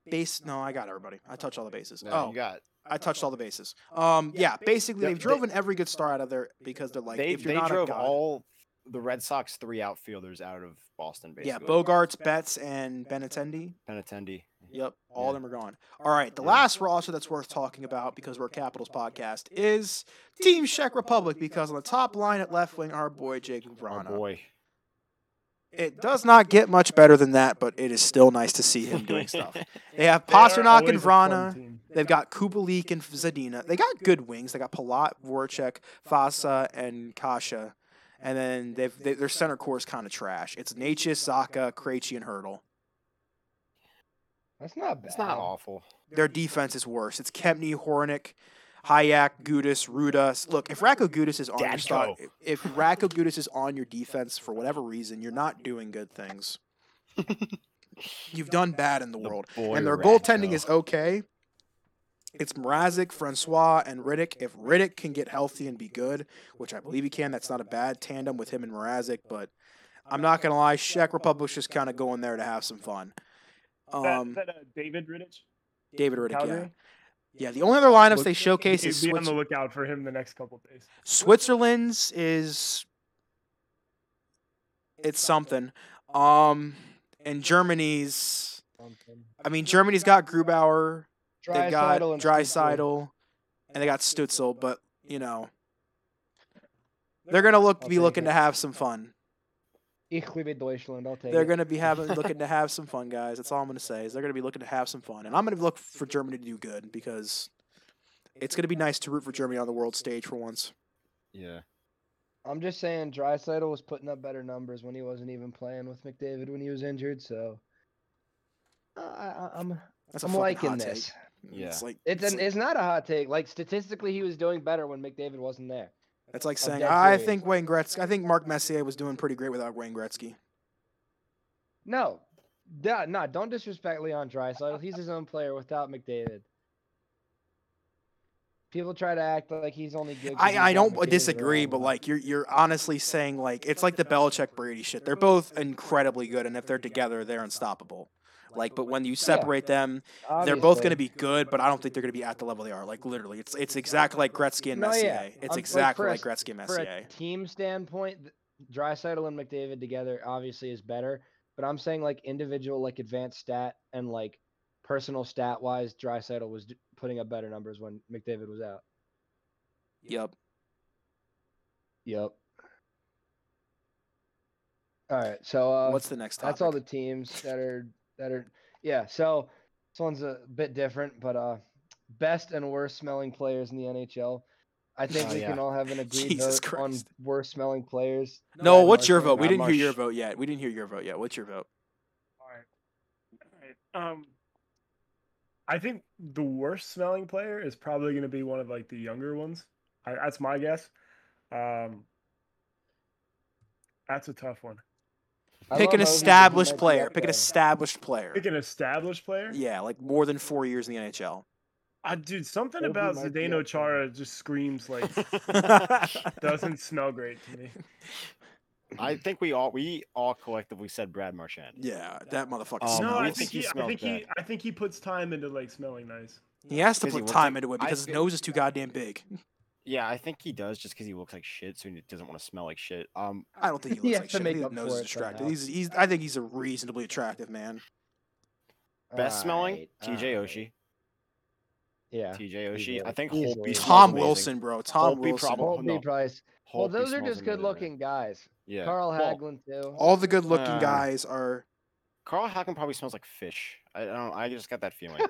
A: base? No, I got everybody. I touched all the bases.
C: No,
A: oh,
C: you got.
A: I touched all the bases. Um, yeah, basically
C: yeah,
A: they've
C: they-
A: driven every good star out of there because they're like,
C: they
A: if you're
C: they
A: not
C: drove
A: a god,
C: all the Red Sox three outfielders out of Boston, basically.
A: yeah, Bogarts, Betts, and Benatendi.
C: Benatendi.
A: Yep, all
C: Yeah.
A: of them are gone. All right, the
C: Yeah.
A: last roster that's worth talking about because we're a Capitals podcast is Team Czech Republic because on the top line at left wing, our boy Jake
C: Our
A: Vrana.
C: oh boy.
A: It does not get much better than that, but it is still nice to see him doing
C: [laughs]
E: [laughs]
A: stuff. They have
E: They are
A: Pasternak and
E: always a fun
A: Vrana.
E: team.
A: They've got Kubalik and Zadina. They got good wings. They got Palat, Voracek, Fasa, and Kasha. And then they've they, their center core is kind of trash. It's Natchez, Saka, Krejci, and Hurdle.
B: That's not bad.
C: It's not awful.
A: Their defense is worse. It's Kempney, Hornick, Hayak, Gudis, Rudas. Look, if Racco Gudis is on your start, if Racco Gudis is on your defense for whatever reason, you're not doing good things. You've done bad in the world. and their goaltending is okay. It's Mrazek, Francois, and Riddick. If Riddick can get healthy and be good, which I believe he can, that's not a bad tandem with him and Mrazek. But I'm not gonna lie, Czech Republic's just kind of going there to have some fun.
E: That-
A: Um,
E: that, uh, David Riddich.
A: David Riddick, yeah.
E: Calgary?
A: yeah. The only other lineups
E: Look-
A: they showcase
E: Be,
A: is
E: be on the
A: Switz-
E: lookout for him the next couple days.
A: Switzerland's is it's something. Um, and Germany's. I mean, Germany's got Grubauer. They've got
B: Dreisaitl and
A: Drysidle, and they got Stutzel, but you know they're gonna look
B: I'll
A: be
B: take
A: looking
B: it.
A: to have some fun.
B: Ich liebe Deutschland. I'll take
A: They're
B: it.
A: gonna be having looking to
B: [laughs]
A: have some fun, guys. That's all I'm gonna say is they're gonna be looking to have some fun, and I'm gonna look for Germany to do good because it's gonna be nice to root for Germany on the world stage for once. [laughs]
C: Yeah.
B: I'm just saying, Drysdale was putting up better numbers when he wasn't even playing with McDavid when he was injured. So I, I, I'm
A: That's a
B: I'm
A: fucking
B: liking
A: hot take.
B: this.
A: It's like
B: It's
A: it's,
B: an, it's not a hot take. Like statistically, he was doing better when McDavid wasn't there.
A: it's like
B: I'm
A: saying
B: dead
A: I
B: serious.
A: think Wayne Gretzky. I think Mark Messier was doing pretty great without Wayne Gretzky.
B: No, no, no don't disrespect Leon Drysdale. He's his own player without McDavid. People try to act like he's only good. 'cause he's
A: I, I
B: got McDavid
A: don't uh,
B: around
A: disagree, but
B: him.
A: like you're you're honestly saying like it's like the Belichick Brady shit. They're both incredibly good, and if they're together, they're unstoppable. Like, but when you separate them, they're both going to
B: Obviously.
A: be good, but I don't think they're going to be at the level they are. Like literally, it's it's exactly like Gretzky and
B: No, yeah.
A: Messier.
B: I'm-
A: It's
B: like,
A: exactly
B: for a
A: like
B: s-
A: Gretzky and
B: for
A: Messier.
B: a team standpoint, Drysaitel and McDavid together obviously is better. But I'm saying like individual, like advanced stat and like personal stat wise, Drysaitel was d- putting up better numbers when McDavid was out.
A: Yep.
B: Yep. All right, so uh,
A: What's the next topic?
B: that's all the teams that are that are yeah. So this one's a bit different, but uh, best and worst smelling players in the NHL. I think
C: Oh,
B: we
C: yeah.
B: can all
C: [laughs]
B: have an agreed
A: Jesus
B: vote on
A: Christ.
B: worst smelling players.
A: no,
B: Matt
A: what's your
B: Marsh.
A: vote? We
C: Matt
A: didn't hear your
C: Marsh.
A: vote yet. We didn't hear your vote yet. What's your vote?
E: All right. All right. Um, I think the worst smelling player is probably going to be one of like the younger ones. I, that's my guess. Um, that's a tough one.
B: I
A: Pick
B: love
A: an
B: how he said he
A: established
B: might be
A: player.
B: up
A: Pick an
B: there.
A: established player.
E: Pick an established player.
A: Yeah, like more than four years in the NHL.
E: Uh, dude, something
B: Obi
E: about
B: might be
E: Zdeno
B: up there.
E: Chara just screams like
B: [laughs]
E: doesn't smell great to me.
C: I think we all we all collectively said Brad Marchand.
A: Yeah, that motherfucker.
C: Um,
E: Oh, no, I
C: we'll
E: think
C: see
E: he,
C: if he
E: I think
C: smells
E: he, I think he puts time into like smelling nice.
A: He has to
C: Because he
A: put
C: looks
A: time
C: like-
A: into it
C: I
A: because his
C: feel-
A: nose is too goddamn big.
C: Yeah, I think he does just because he looks like shit, so he doesn't want to smell like shit. Um,
A: I don't think he
B: He
A: looks
B: has
A: like
B: to
A: shit. I
B: make
A: think
B: up
A: his nose
B: for
A: is
B: it
A: distracted.
B: somehow.
A: He's, he's, I think he's a reasonably attractive man.
C: best smelling
B: Alright,
C: TJ
B: alright.
C: Oshie.
B: Yeah.
C: TJ Oshie.
B: Easily.
C: I think
B: Easily.
C: Holtby. smells
A: Tom
C: amazing.
A: Wilson, bro. Tom
C: Holtby
A: Wilson.
C: probably-
B: Holtby
C: no.
B: Price. Well,
C: Holtby
B: those are
C: smells
B: just good
C: amazing.
B: looking guys.
C: Yeah.
B: Carl
C: Well,
B: Haglin too.
A: All the good looking
C: Uh,
A: guys are
C: Carl Hacken probably smells like fish. I I don't. I just got that
B: [laughs]
C: feeling.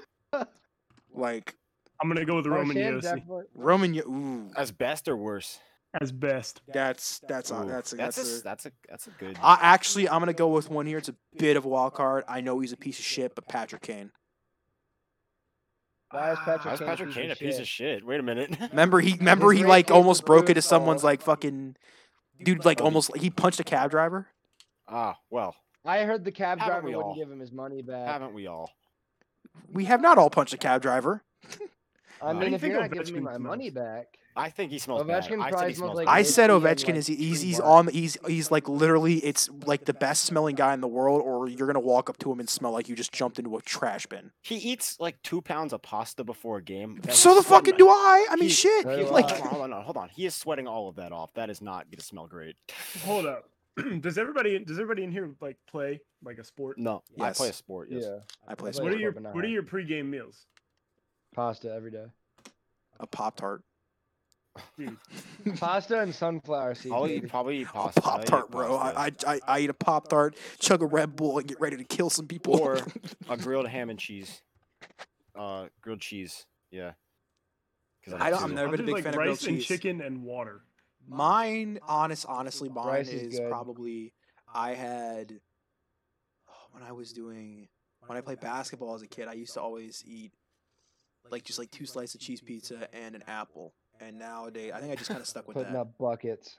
A: like
E: I'm gonna go with Roman
B: Marchand
E: Yossi
B: definitely-
A: Roman. Yo- Ooh,
C: As best or worse.
E: as best.
A: that's that's
C: Ooh,
A: a, that's a, that's.
C: that's a, s-
A: a,
C: that's a that's a good.
A: I actually, I'm gonna go with one here. It's a bit of a wild card. I know he's a piece of shit, but Patrick Kane.
B: Why is Patrick
C: Why is
B: Kane a
C: Patrick
B: piece of
C: Kane a piece
B: shit?
C: of shit? Wait
B: [laughs]
C: a minute. [laughs]
A: Remember he remember he like
B: rankings
A: almost broke into
B: brutal.
A: someone's like fucking dude like
C: Oh, he-
A: almost he punched a cab driver.
C: ah, well,
B: I heard the cab
C: Haven't
B: driver
C: we
B: wouldn't
C: all?
B: give him his money back.
C: haven't we all?
A: We have not all punched a cab driver.
B: I
C: No.
B: mean,
E: I
B: if
E: think
B: you're not giving me
E: Ovechkin
B: my money back,
C: I think he smells bad.
B: Ovechkin
C: I said
B: probably
C: he smells
B: smells like
C: bad.
A: I
B: Lake
A: said
B: Tea and,
A: Ovechkin
B: like,
A: is he's
B: Green
A: he's
B: Bar.
A: on he's he's like literally it's like the best smelling guy in the world or you're gonna walk up to him and smell like you just jumped into a trash bin.
C: He eats like two pounds of pasta before a game. That
A: So
C: is
A: the fucking
C: sweating-
A: do I. I mean
C: He-
A: shit.
B: Very
A: Like
C: Hold on, hold on, hold on. He is sweating all of that off. That is not going to smell great.
E: Hold up. [clears throat] does everybody does everybody in here like play like a sport?
C: No, I play a
A: Yes.
C: sport. Yes.
B: yeah,
A: [laughs] I play
B: What
E: What
A: sport.
E: are your
B: Club and
E: what are
B: I.
E: your pregame meals?
B: pasta every day.
A: a Pop Tart. [laughs]
E: Dude,
B: Pasta and sunflower seeds.
C: I'll
B: baby.
C: eat probably eat
A: A
C: pasta. I
A: Pop
C: eat
A: Tart, bro. I, [laughs] I
C: pasta.
A: I I eat a Pop Tart, chug a Red Bull, and get ready to kill some people.
C: or a grilled ham and cheese. Uh, grilled cheese. Yeah. 'Cause
A: I don't-
C: have
A: I'm
C: two.
A: never- I've
E: I'll
A: been a
E: do,
A: big
E: like
A: fan of grilled
E: rice and
A: cheese.
E: chicken and water.
A: Mine, honest, honestly, mine
B: Rice
A: is,
B: is good.
A: probably I had oh, when I was doing when I played basketball as a kid. I used to always eat like just like two slices of cheese pizza and an apple. And nowadays, I think I just kind of stuck with
B: putting
A: that.
B: up buckets.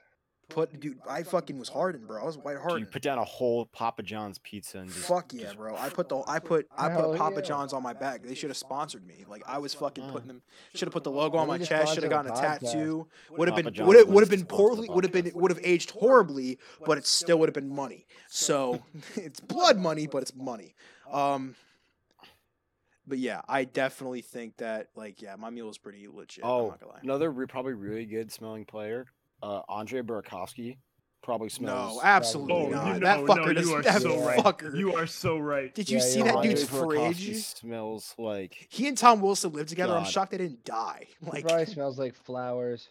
A: Put, dude, I fucking was hardened, bro. I was white
C: Do you
A: hardened.
C: put down a whole Papa John's pizza and just
A: Fuck yeah, bro! I put the I put I
B: Hell
A: put Papa
B: yeah.
A: John's on my back. They should have sponsored me. Like I was fucking
C: Mm.
A: putting them. Should have put the logo on
B: They
A: my
B: just
A: chest. Should have
B: sponsor
A: gotten a
B: the podcast.
A: tattoo. Would have
C: Papa
A: been
C: John's
A: would have
C: wins
A: would have
C: the
A: been
C: sponsor of the
A: poorly. Would have been
C: podcast.
A: would have aged horribly, but it still would have been money. [laughs] So it's blood money, but it's money. Um. But yeah, I definitely think that like yeah, my meal is pretty legit. I'm
C: Oh,
A: not gonna lie.
C: another re- probably really good smelling player, uh, Andre Burakovsky, probably smells.
A: No, absolutely
E: Oh,
B: Oh,
A: not.
E: you
A: that
E: know,
A: fucker
E: no,
A: does
E: you
A: [laughs]
E: are
A: that
E: so
B: right.
A: fucker.
E: You are so right.
A: Did you
B: Yeah,
A: see
B: you're
A: that
B: right.
C: Andre
A: dude's
C: Burakovsky
A: fridge?
C: smells like. [laughs]
A: He and Tom Wilson lived together. I'm
C: God.
A: shocked they didn't die. [laughs]
B: It
A: Like
B: probably smells like flowers.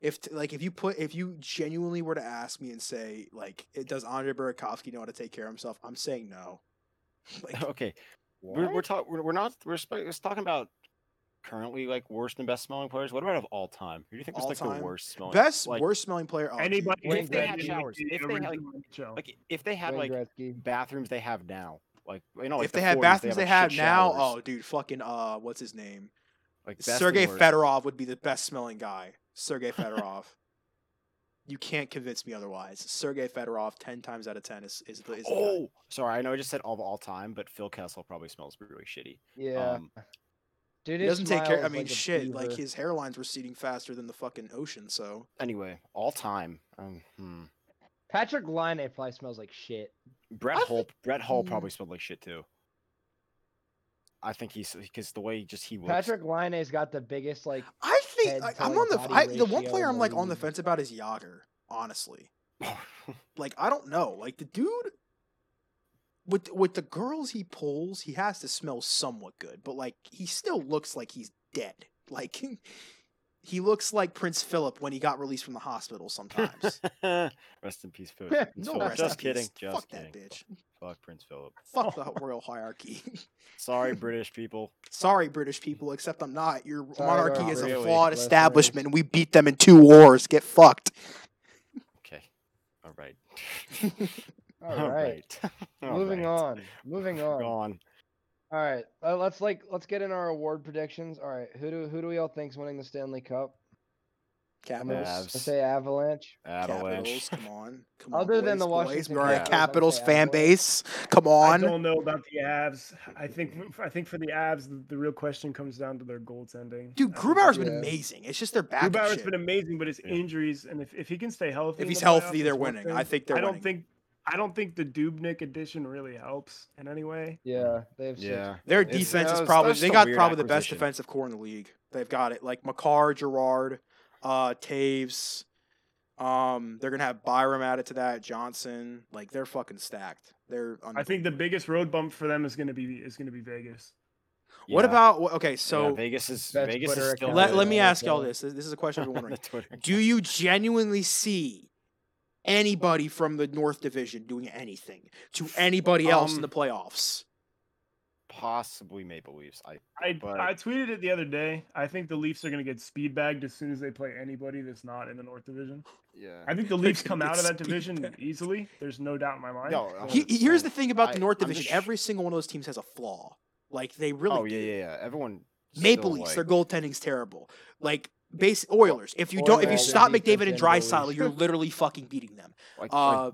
A: if t- like if you put if you genuinely were to ask me and say like it does Andre Burakovsky know how to take care of himself? I'm saying no. [laughs]
C: [laughs]
A: Like
C: okay, we're we're, talk, we're we're not we're, sp- we're talking about currently like worst and best smelling players. What about of all time? Who do you think was
A: All
C: like
A: time?
C: the worst smelling?
A: best
C: like,
A: worst smelling player. Oh, dude.
E: Anybody
B: Wayne
E: who's
B: Gretzky.
E: been in the
C: Showers. If they had, like-
E: original NHL.
C: Like if they had
B: Wayne
C: like
B: Gretzky.
A: um,
C: bathrooms they have now, like you know, like
A: if
C: the
A: they had
C: 40s,
A: bathrooms they
C: like,
A: have,
C: shit
A: now,
C: showers.
A: oh dude, fucking uh, what's his name?
C: like best and
A: Sergey
C: worst.
A: Fedorov would be the best smelling guy. Sergey Fedorov. [laughs] you can't convince me otherwise. Sergey Fedorov, ten times out of ten, is is the is the guy.
C: Oh, sorry, I know I just said of all time, but Phil Kessel probably smells really shitty.
B: Yeah,
C: Um,
B: dude,
A: He
B: his
A: doesn't take care.
B: smile
A: I
B: is
A: mean,
B: like a
A: shit. Like
B: beaver.
A: his hairline's receding faster than the fucking ocean. So
C: anyway, all time. Um, hmm.
B: Patrick Line probably smells like shit.
C: Brett
A: I think-
C: Hull. Brett Hull
A: Mm.
C: probably smelled like shit too. I think he's because the way just he looks.
B: Patrick Line's got the biggest like.
A: I think
B: Head
A: I,
B: to,
A: I'm
B: like,
A: on the.
B: body
A: I, the one
B: ratio
A: player
B: in
A: I'm
B: the
A: like on the
B: league.
A: fence about is Yager. Honestly, like I don't know. Like the dude with with the girls he pulls, he has to smell somewhat good, but like he still looks like he's dead. [laughs] Like he looks like Prince Philip when he got released from the hospital. [laughs] Sometimes.
C: [laughs] rest in peace, Phil. Prince
A: [laughs] no,
C: Philip.
A: rest in
C: just kidding.
A: peace.
C: Just
A: Fuck
C: kidding.
A: that
C: [laughs]
A: bitch.
C: Fuck Prince Philip.
A: Fuck the royal hierarchy. [laughs]
C: Sorry, British people.
A: Sorry, British people, except I'm not. Your
B: Sorry,
A: monarchy
B: Robert.
A: is a
C: Mm. Really?
A: flawed
B: Listeners.
A: establishment. We beat them in two wars. Get fucked.
C: Okay. All right. [laughs]
B: All right, moving on. Moving on. All
C: Gone.
B: right, uh, let's like let's get in our award predictions. All right, who do who do we all think's winning the Stanley Cup? I'm gonna
A: Capitals,
B: s-
C: Avs.
B: say Avalanche.
C: Avalanche.
A: Capitals, come on, come on.
B: Other than
A: boys,
B: the
A: boys.
B: Washington
A: we are a
C: Capitals,
B: I'd
A: Capitals
B: say
A: fan
B: Avalanche.
A: base. Come
E: I
A: on.
E: don't know about the abs. I think I think for the abs, the, the real question comes down to their goaltending.
A: Dude,
E: I think
A: Grubauer's
B: Yeah.
A: been amazing. It's just their
E: that-
A: backup
E: Grubauer's
A: shit.
E: been amazing, but it's
C: Yeah.
E: injuries, and if, if he can stay healthy,
A: if
E: in
A: he's
E: the playoffs,
A: healthy, they're
E: that's one
A: winning. I
E: thing.
A: think they're
E: I don't
A: winning.
E: think I don't think the Dubnik addition really helps in any way.
B: Yeah, they have six.
C: Yeah.
A: Their
C: It's-
A: defense
C: that
A: is
C: was-
A: probably
C: that's
A: they
C: just a
A: got
C: weird
A: probably the best
C: acquisition.
A: defensive core in the league. They've got it. Like McCarr, Gerard, uh, Taves. Um, they're gonna have Byram added to that. Johnson, like they're fucking stacked. They're.
E: I think the biggest road bump for them is going to be is going to be Vegas.
A: What
C: Yeah,
A: about wh- okay?
C: yeah,
A: So
C: Vegas is
B: That's
C: Vegas is
B: Twitter
C: still
B: account.
A: let,
C: good.
A: let me
B: Yeah,
A: ask y'all
B: so-
A: this. This this is a question I've been
C: On the [laughs]
A: wondering.
C: Twitter.
A: Do you genuinely see anybody from the North Division doing anything to anybody else in
C: Um,
A: the playoffs?
C: possibly Maple Leafs? I
E: I
C: But-
E: I tweeted it the other day. I think the Leafs are going to get speed bagged as soon as they play anybody that's not in the North Division.
C: yeah.
A: [laughs]
E: I think the Leafs
A: gonna
E: come
A: get
E: out of that
A: speed
E: division
A: bagged.
E: easily. There's no doubt in my mind.
C: No, a
E: So-
A: He,
C: hundred
A: he- here's the
C: percent.
A: thing about
C: I-
A: the North
C: I'm
A: Division:
C: just-
A: every single one of those teams has a flaw. Like they really
C: oh yeah, yeah, yeah. Everyone.
A: Maple
C: still,
A: Leafs,
C: like-
A: their goaltending's terrible. Like base Oilers, if you don't, if you
B: Oilers,
A: stop
B: their
A: McDavid and
B: defense and
A: Drysdale,
B: goalies.
A: you're literally fucking beating
C: [laughs]
A: them.
C: like- like,
A: Uh,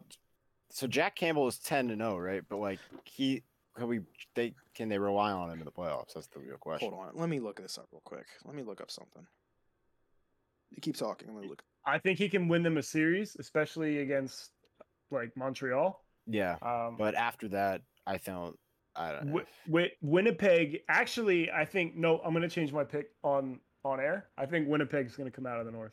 C: so Jack Campbell is ten to zero, right? But like he, can we? They can they rely on him in the playoffs? That's the real question.
A: hold on, let me look this up real quick. Let me look up something. You keep talking. Let me look.
E: I think he can win them a series, especially against like Montreal.
C: Yeah,
E: Um,
C: but uh, after that, I found I don't know.
E: Wi- Wi- Winnipeg. Actually, I think no. I'm gonna change my pick on on air. I think Winnipeg's gonna come out of the North.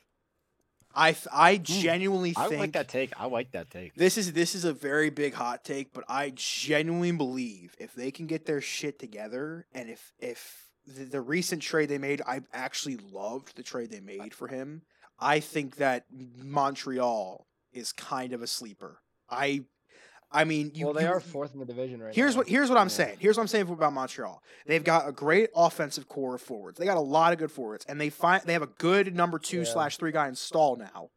A: I th- I genuinely
C: Hmm. I
A: think
C: like that take. I like that take.
A: this is this is a very big hot take, but I genuinely believe if they can get their shit together, and if if the, the recent trade they made, I actually loved the trade they made for him. I think that Montreal is kind of a sleeper. I, I mean, you,
B: well, they
A: you-
B: are fourth in the division right
A: Here's
B: now.
A: what here's what I'm
B: Yeah.
A: saying. Here's what I'm saying about Montreal. They've got a great offensive core of forwards. They got a lot of good forwards, and they find they have a good number two
B: Yeah. Mm-hmm.
A: slash three guy in Stall now.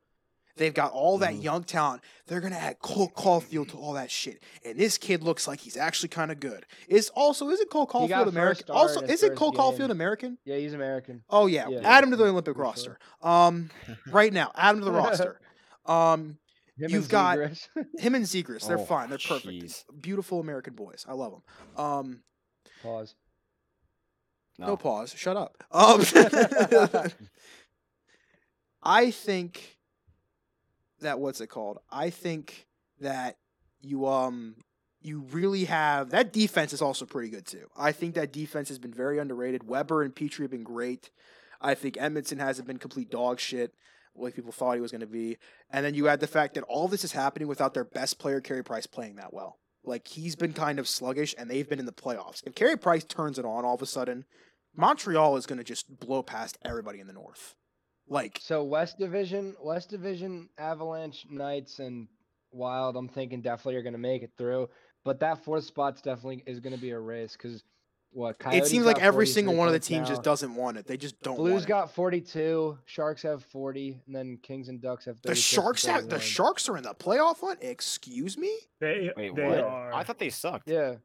A: They've got all that
C: Mhm.
A: young talent. They're gonna add Cole Caulfield to all that shit, and this kid looks like he's actually kind of good. Is also isn't Cole
B: got
A: Caulfield
B: first
A: American?
B: star
A: Also,
B: in his
A: isn't
B: first
A: Cole Caulfield
B: game.
A: American?
B: Yeah, he's American.
A: Oh yeah,
B: Yeah.
A: add him to the Olympic
B: For
A: roster.
B: sure.
A: Um,
B: [laughs]
A: right now, add him to the roster. Um,
B: Him
A: You've
B: and
A: got-
B: Zegras.
A: him and Zegers, they're
C: Oh,
A: fine. They're perfect.
C: jeez.
A: Beautiful American boys. I love them. Um.
B: [laughs] Pause.
C: No,
A: No pause. Shut up. Um, [laughs] I think that what's it called? I think that you um you really have that defense is also pretty good too. I think that defense has been very underrated. Weber and Petrie have been great. I think Edmondson hasn't been complete dog shit like people thought he was going to be. And then you add the fact that all this is happening without their best player, Carey Price, playing that well. Like he's been kind of sluggish, and they've been in the playoffs. If Carey Price turns it on all of a sudden, Montreal is going to just blow past everybody in the North. Like
B: So West Division, West Division, Avalanche, Knights, and Wild. I'm thinking definitely are going to make it through, but that fourth spot's definitely is going to be a race because what?
A: it
B: Coyotes
A: seems like
B: got
A: every single
B: 43
A: one of the
B: points
A: teams
B: now.
A: just doesn't want it. They just don't.
B: Blues
A: want it.
B: got 42, Sharks have 40, and then Kings and Ducks have 36.
A: the
B: and
A: Sharks. Have, the
B: 31.
A: Sharks are in the playoff hunt. Excuse me.
E: They
C: Wait,
E: they
C: what?
E: are.
C: I thought they sucked.
B: Yeah.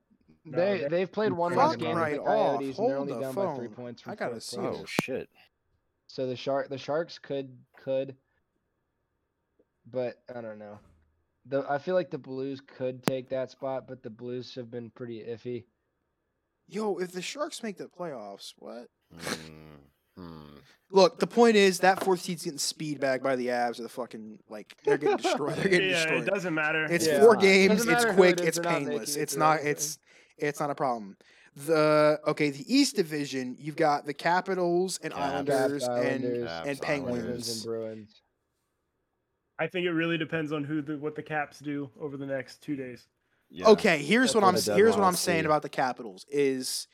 E: No,
B: they
E: they-
B: they've played one
A: Fuck
B: less game
A: right
B: than the
A: off.
B: Coyotes, and they're
A: Hold
B: only
A: the
B: down by three
A: phone.
B: points. From
A: I gotta
B: fourth
A: see
B: place.
C: Oh shit.
B: So the shark, the sharks could could, but I don't know. The I feel like the Blues could take that spot, but the Blues have been pretty iffy.
A: Yo, if the Sharks make the playoffs, what?
C: Mm, hmm.
A: Look, the point is that fourth seed's getting speed back by the Avs or the fucking like they're getting destroyed. They're
B: [laughs]
A: getting
E: yeah, it
A: destroyed.
E: doesn't matter.
A: It's
B: Yeah.
A: four
C: Doesn't
A: games. It's
B: matter who
A: quick.
B: it is,
A: it's
B: they're not making
A: painless.
B: it
A: It's
B: through
A: not.
B: anything.
A: It's it's not a problem. The okay, the East Division. You've got the Capitals and
C: Caps.
A: Islanders,
B: Caps,
A: and
B: Islanders,
C: Caps,
A: and
B: Penguins and
A: Penguins.
B: Bruins.
E: I think it really depends on who the what the Caps do over the next two days.
C: Yeah.
A: Okay, here's
B: That's
A: what
B: what
A: I'm
B: the
A: s- here's what
C: deadline
A: I'm
C: will
A: saying
C: see.
A: about the Capitals is.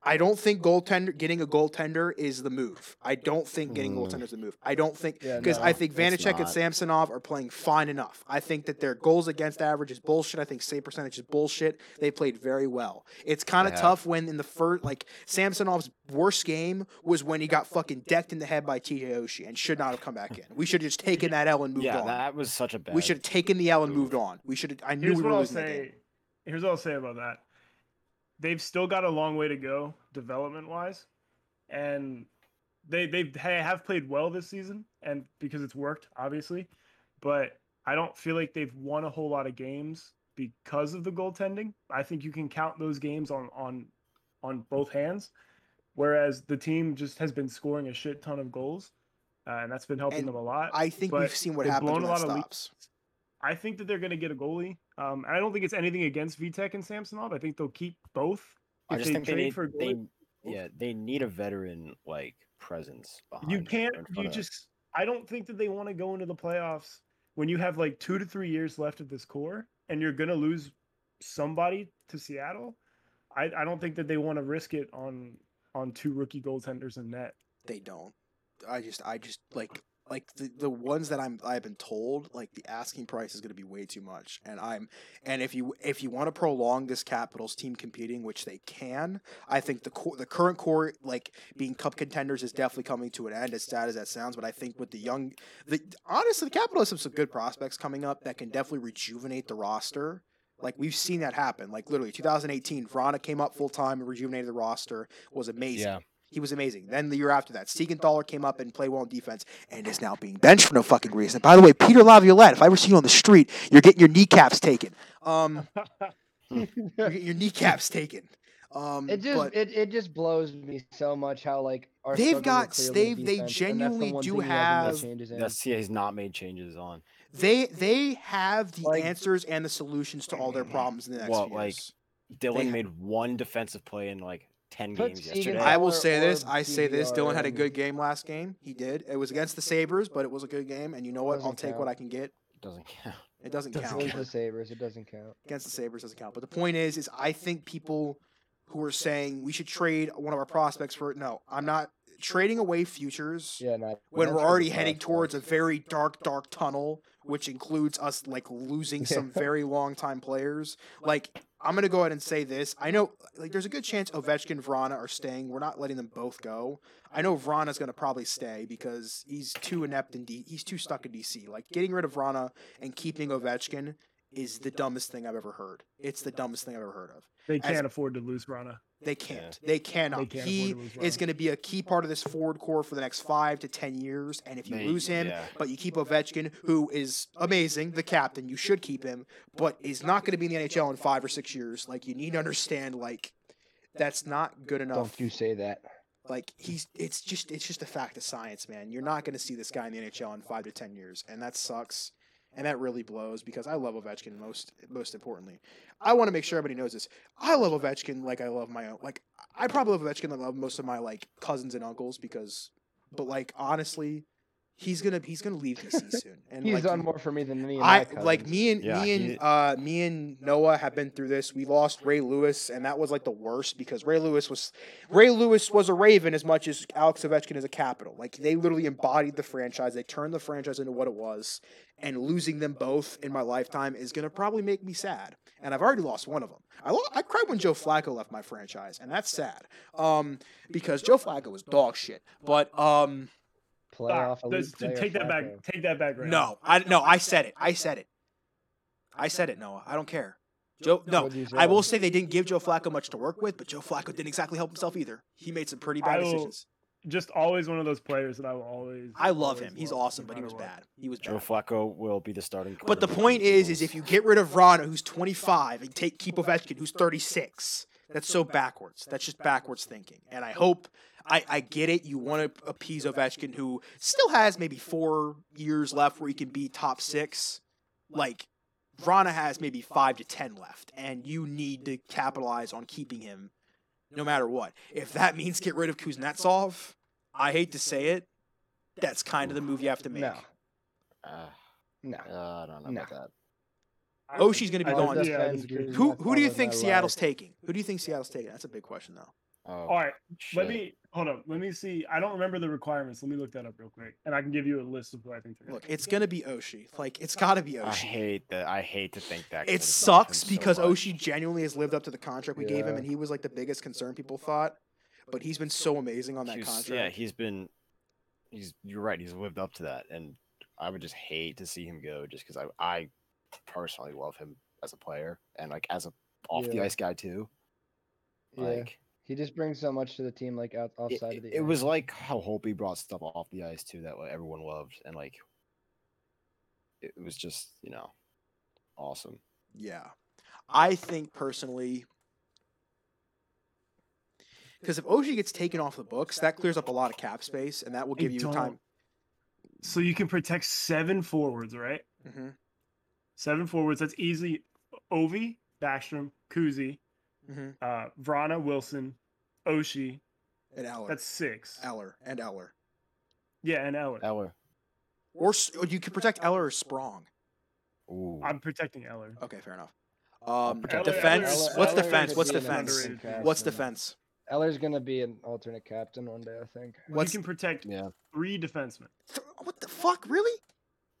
A: I don't think goaltender getting a goaltender is the move. I don't think getting a
C: Mm.
A: goaltender is the move. I don't think
B: Yeah,
A: because I
B: no.
A: think
C: it's
A: Vanacek and
C: not.
A: Samsonov are playing fine enough. I think that their goals against average is bullshit. I think save percentage is bullshit. They played very well. It's kind
C: They
A: of
C: have.
A: tough when in the first, like Samsonov's worst game was when he got fucking decked in the head by T.J. Oshie and should not have come back in. We should have just taken that L and moved
C: Yeah,
A: on.
C: that was such a bad.
A: we should have taken the L and
C: move.
A: moved on. We should. I knew
E: Here's
A: we were
E: what I'll
A: losing that game.
E: say. Here's what I'll say about that. They've still got a long way to go development wise, and they they've, they have played well this season, and because it's worked obviously, but I don't feel like they've won a whole lot of games because of the goaltending. I think you can count those games on on on both hands, whereas the team just has been scoring a shit ton of goals, uh, and that's been helping
A: And
E: them a lot.
A: I think we've
E: but
A: seen what
E: they've
A: happens
E: blown
A: when
E: a
A: that
E: lot of leads.
A: stops.
E: I think that they're going to get a goalie. Um, I don't think it's anything against Vitek and Samsonov. I think they'll keep both.
C: I
E: If
C: just think they
E: trade
C: need.
E: for a
C: They,
E: goalie,
C: yeah, they need a veteran like presence
B: Oh,
C: behind.
E: you
C: them,
E: can't.
C: in front
E: You
C: of them.
E: just. I don't think that they want to go into the playoffs when you have like two to three years left of this core, and you're going to lose somebody to Seattle. I, I don't think that they want to risk it on on two rookie goaltenders in
B: [laughs]
E: net.
A: they don't. I just I just like like the, the ones that I'm I've been told like the asking price is going to be way too much and I'm and if you if you want to prolong this Capitals team competing which they can I think the core, the current core like being cup contenders is definitely coming to an end as sad as that sounds but I think with the young the honestly the Capitals have some good prospects coming up that can definitely rejuvenate the roster Like we've seen that happen. Like literally 2018, Verona came up full time and rejuvenated the roster, was amazing.
F: Yeah.
A: He was amazing. Then the year after that, Siegenthaler came up and played well in defense and is now being benched for no fucking reason. By the way, Peter Laviolette, if I ever see you on the street, you're getting your kneecaps taken. Um, you're getting your kneecaps taken. Um,
B: It just
A: but
B: it, it just blows me so much how like our
A: They've
B: struggle
A: got
B: with Cleveland
A: Stave- they
B: defense, and that's the
A: genuinely
B: one
A: do
B: thing he hasn't made
A: have-
B: changes in.
C: That's yeah, he's not made changes on.
A: they they have the
B: Like-
A: answers and the solutions to all their problems in the next
C: Well,
A: few
C: like,
A: years.
C: Dylan
A: ha-
C: made one defensive play in like ten
B: Put
C: games
B: Seagan
C: yesterday.
A: I
B: I
A: will
B: will
A: say
B: or
A: this. I say this. Dylan had a
B: DVRN.
A: good game last game. He did. It was against the Sabers, but it was a good game. And you know what?
B: Doesn't
A: I'll take what
B: count.
A: I can get.
C: Doesn't [laughs] count.
A: It doesn't
B: It's
A: count.
B: always the Sabres, it doesn't count.
A: against the Sabres doesn't count. But the point is, is I think people who are saying we should trade one of our prospects for no, I'm not trading away futures
B: Yeah, no,
A: when
B: that's
A: we're
B: for the
A: already heading
B: prospect.
A: towards a very dark, dark tunnel, which includes us like losing some very long time players.
E: [laughs]
A: Like I'm gonna go ahead and say this. I know like there's a good
E: [laughs]
A: chance Ovechkin and Vrana are staying. We're not letting them both go. I know Vrana's gonna probably stay because he's too inept in D he's too stuck in DC. Like getting rid of Vrana and keeping Ovechkin is the dumbest thing I've ever heard. It's the dumbest thing I've ever heard of.
E: They
A: As-
E: can't afford to lose Rana.
A: They can't. They cannot.
E: They can't
A: he
E: afford to lose
A: is
E: Rana.
A: going to be a key part of this forward core for the next five to ten years. And if you lose him,
C: yeah.
A: but you keep Ovechkin, who is amazing, the captain, you should keep him, but is not going to be in the NHL in five or six years. Like you need to understand, like that's not good enough.
B: Don't you say that.
A: Like he's, it's just, it's just a fact of science, man. You're not going to see this guy in the NHL in five to ten years, and that sucks. And that really blows because I love Ovechkin most, most importantly. I want to make sure everybody knows this. I love Ovechkin like I love my own. Like I probably love Ovechkin like I love most of my like cousins and uncles because, but like honestly, he's gonna he's gonna leave DC soon. And
B: He's
A: like,
B: done
A: you-
B: more for me than any of my
A: I like
B: cousins.
A: me and
C: Yeah,
A: me and
C: he-
A: uh me and Noah have been through this. We lost Ray Lewis, and that was like the worst because Ray Lewis was Ray Lewis was a Raven as much as Alex Ovechkin is a Capital. Like they literally embodied the franchise. They turned the franchise into what it was, and losing them both in my lifetime is gonna probably make me sad. And I've already lost one of them. I lo- I cried when Joe Flacco left my franchise, and that's sad. Um, because Joe Flacco was dog shit. But um.
B: Playoff
E: Ah,
B: elite
E: that's-
B: player
E: take that back.
B: Flacco.
E: Take that back. Right
A: No, I no, I said it. I said it. I said it, Noah. I don't care. Joe, no,
B: What'd you say?
A: I will say they didn't give Joe Flacco much to work with, but Joe Flacco didn't exactly help himself either. He made some pretty bad
E: I will-
A: decisions.
E: Just always one of those players that I will always.
A: I love
E: always
A: him. He's
E: love, no
A: awesome, but he
E: matter
A: was
E: what.
A: bad. He was
C: Joe
A: bad.
C: Flacco will be the starting.
A: But the
C: quarterback
A: point
C: for the
A: is, is
C: Eagles.
A: if you get rid of Rana, who's 25, and take keep Ovechkin, who's 36, that's so backwards. That's just backwards thinking. And I hope, I, I get it. You want to appease Ovechkin, who still has maybe four years left where he can be top six. Like, Rana has maybe five to 10 left, and you need to capitalize on keeping him no matter what. If that means get rid of Kuznetsov, I hate to say it, that's kind of the move you have to make.
B: No,
C: Uh,
B: no.
C: uh, I don't know
B: No.
C: about that.
A: Oshie's going to
E: I
A: be
E: would
A: gone.
E: just- Yeah, I disagree.
A: Who who do you think Seattle's taking? Who do you think Seattle's taking? That's a big question though.
C: Oh,
E: All right.
C: shit.
E: Let me hold up. Let me see. I don't remember the requirements. Let me look that up real quick, and I can give you a list of who I think. they're
A: Look, it's gonna be Oshie. Like it's gotta be
C: I
A: Oshie.
C: hate that. I hate to think that. 'cause
A: It
C: I've loved him
A: sucks
C: so
A: because
C: much.
A: Oshie genuinely has lived up to the contract we gave him,
B: Yeah.
A: and he was like the biggest concern people thought. But he's been so amazing on that
C: He's-
A: contract.
C: Yeah, he's been. He's. You're right. He's lived up to that, and I would just hate to see him go, just because I, I personally love him as a player and like as a off the
B: Yeah.
C: ice guy too.
B: Yeah.
C: Like
B: He just brings so much to the team, like out,
C: it,
B: outside of
C: it-
B: the.
C: it
B: ice.
C: was like how Holtby brought stuff off the ice too that like, everyone loved, and like it was just you know awesome.
A: Yeah. I think personally because if Oshie gets taken off the books, that clears up a lot of cap space, and that will
E: I
A: give you
E: don't-
A: time.
E: So you can protect seven forwards, right?
A: Mhm,
E: Seven forwards. That's easy. Ovi, Backstrom, Kuzi,
A: mhm.
E: uh, Vrana, Wilson, Oshi.
A: And Eller,
E: That's six.
A: Eller, and Eller,
E: Yeah, and Eller.
C: Eller.
A: or, S- or you could protect Eller or Sprong.
C: Ooh.
E: I'm protecting Eller.
A: Okay, fair enough. Um,
C: protect
E: Eller-
A: defense.
E: Eller-
A: what's
E: Eller
A: defense?
E: is
A: What's
E: being
A: defense?
E: underrated. defense?
A: What's defense?
B: Eller's gonna be an alternate captain one day, I think.
A: What's
E: you can protect
C: yeah.
E: three defensemen.
A: th- what the fuck? Really?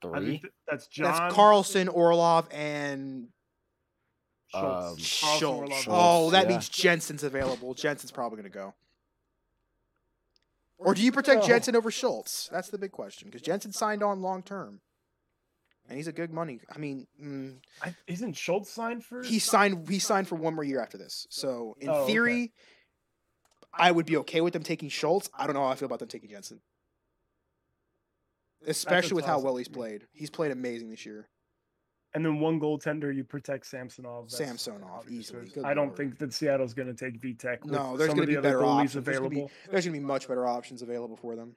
E: I
C: Three.
E: think th- that's John.
A: That's Carlson, Orlov, and
C: Um,
E: Schultz. Carlson,
A: Schultz.
E: Orlov,
A: Oh,
C: Schultz,
A: that
C: yeah.
A: means Jensen's available. Jensen's probably gonna go. Or do you protect
B: No.
A: Jensen over Schultz? That's the big question because Jensen signed on long term, and he's a good money. I mean, mm,
E: I, isn't Schultz signed for?
A: he signed he signed for one more year after this. So in
E: Oh, okay.
A: theory, I would be okay with them taking Schultz. I don't know how I feel about them taking Jensen, especially with how
E: toss-up
A: well
E: for
A: he's
E: me.
A: played. He's played amazing this year.
E: and then one goaltender you protect Samsonov. that's
A: Samsonov,
E: obvious
A: easily.
E: choice.
A: Good
E: I don't
A: lord.
E: think that Seattle's going to take VTech. With
A: No, there's
E: some
A: gonna
E: of the
A: be
E: other
A: better
E: goalies
A: options. There's gonna be-
E: available.
A: There's gonna be much better options available for them.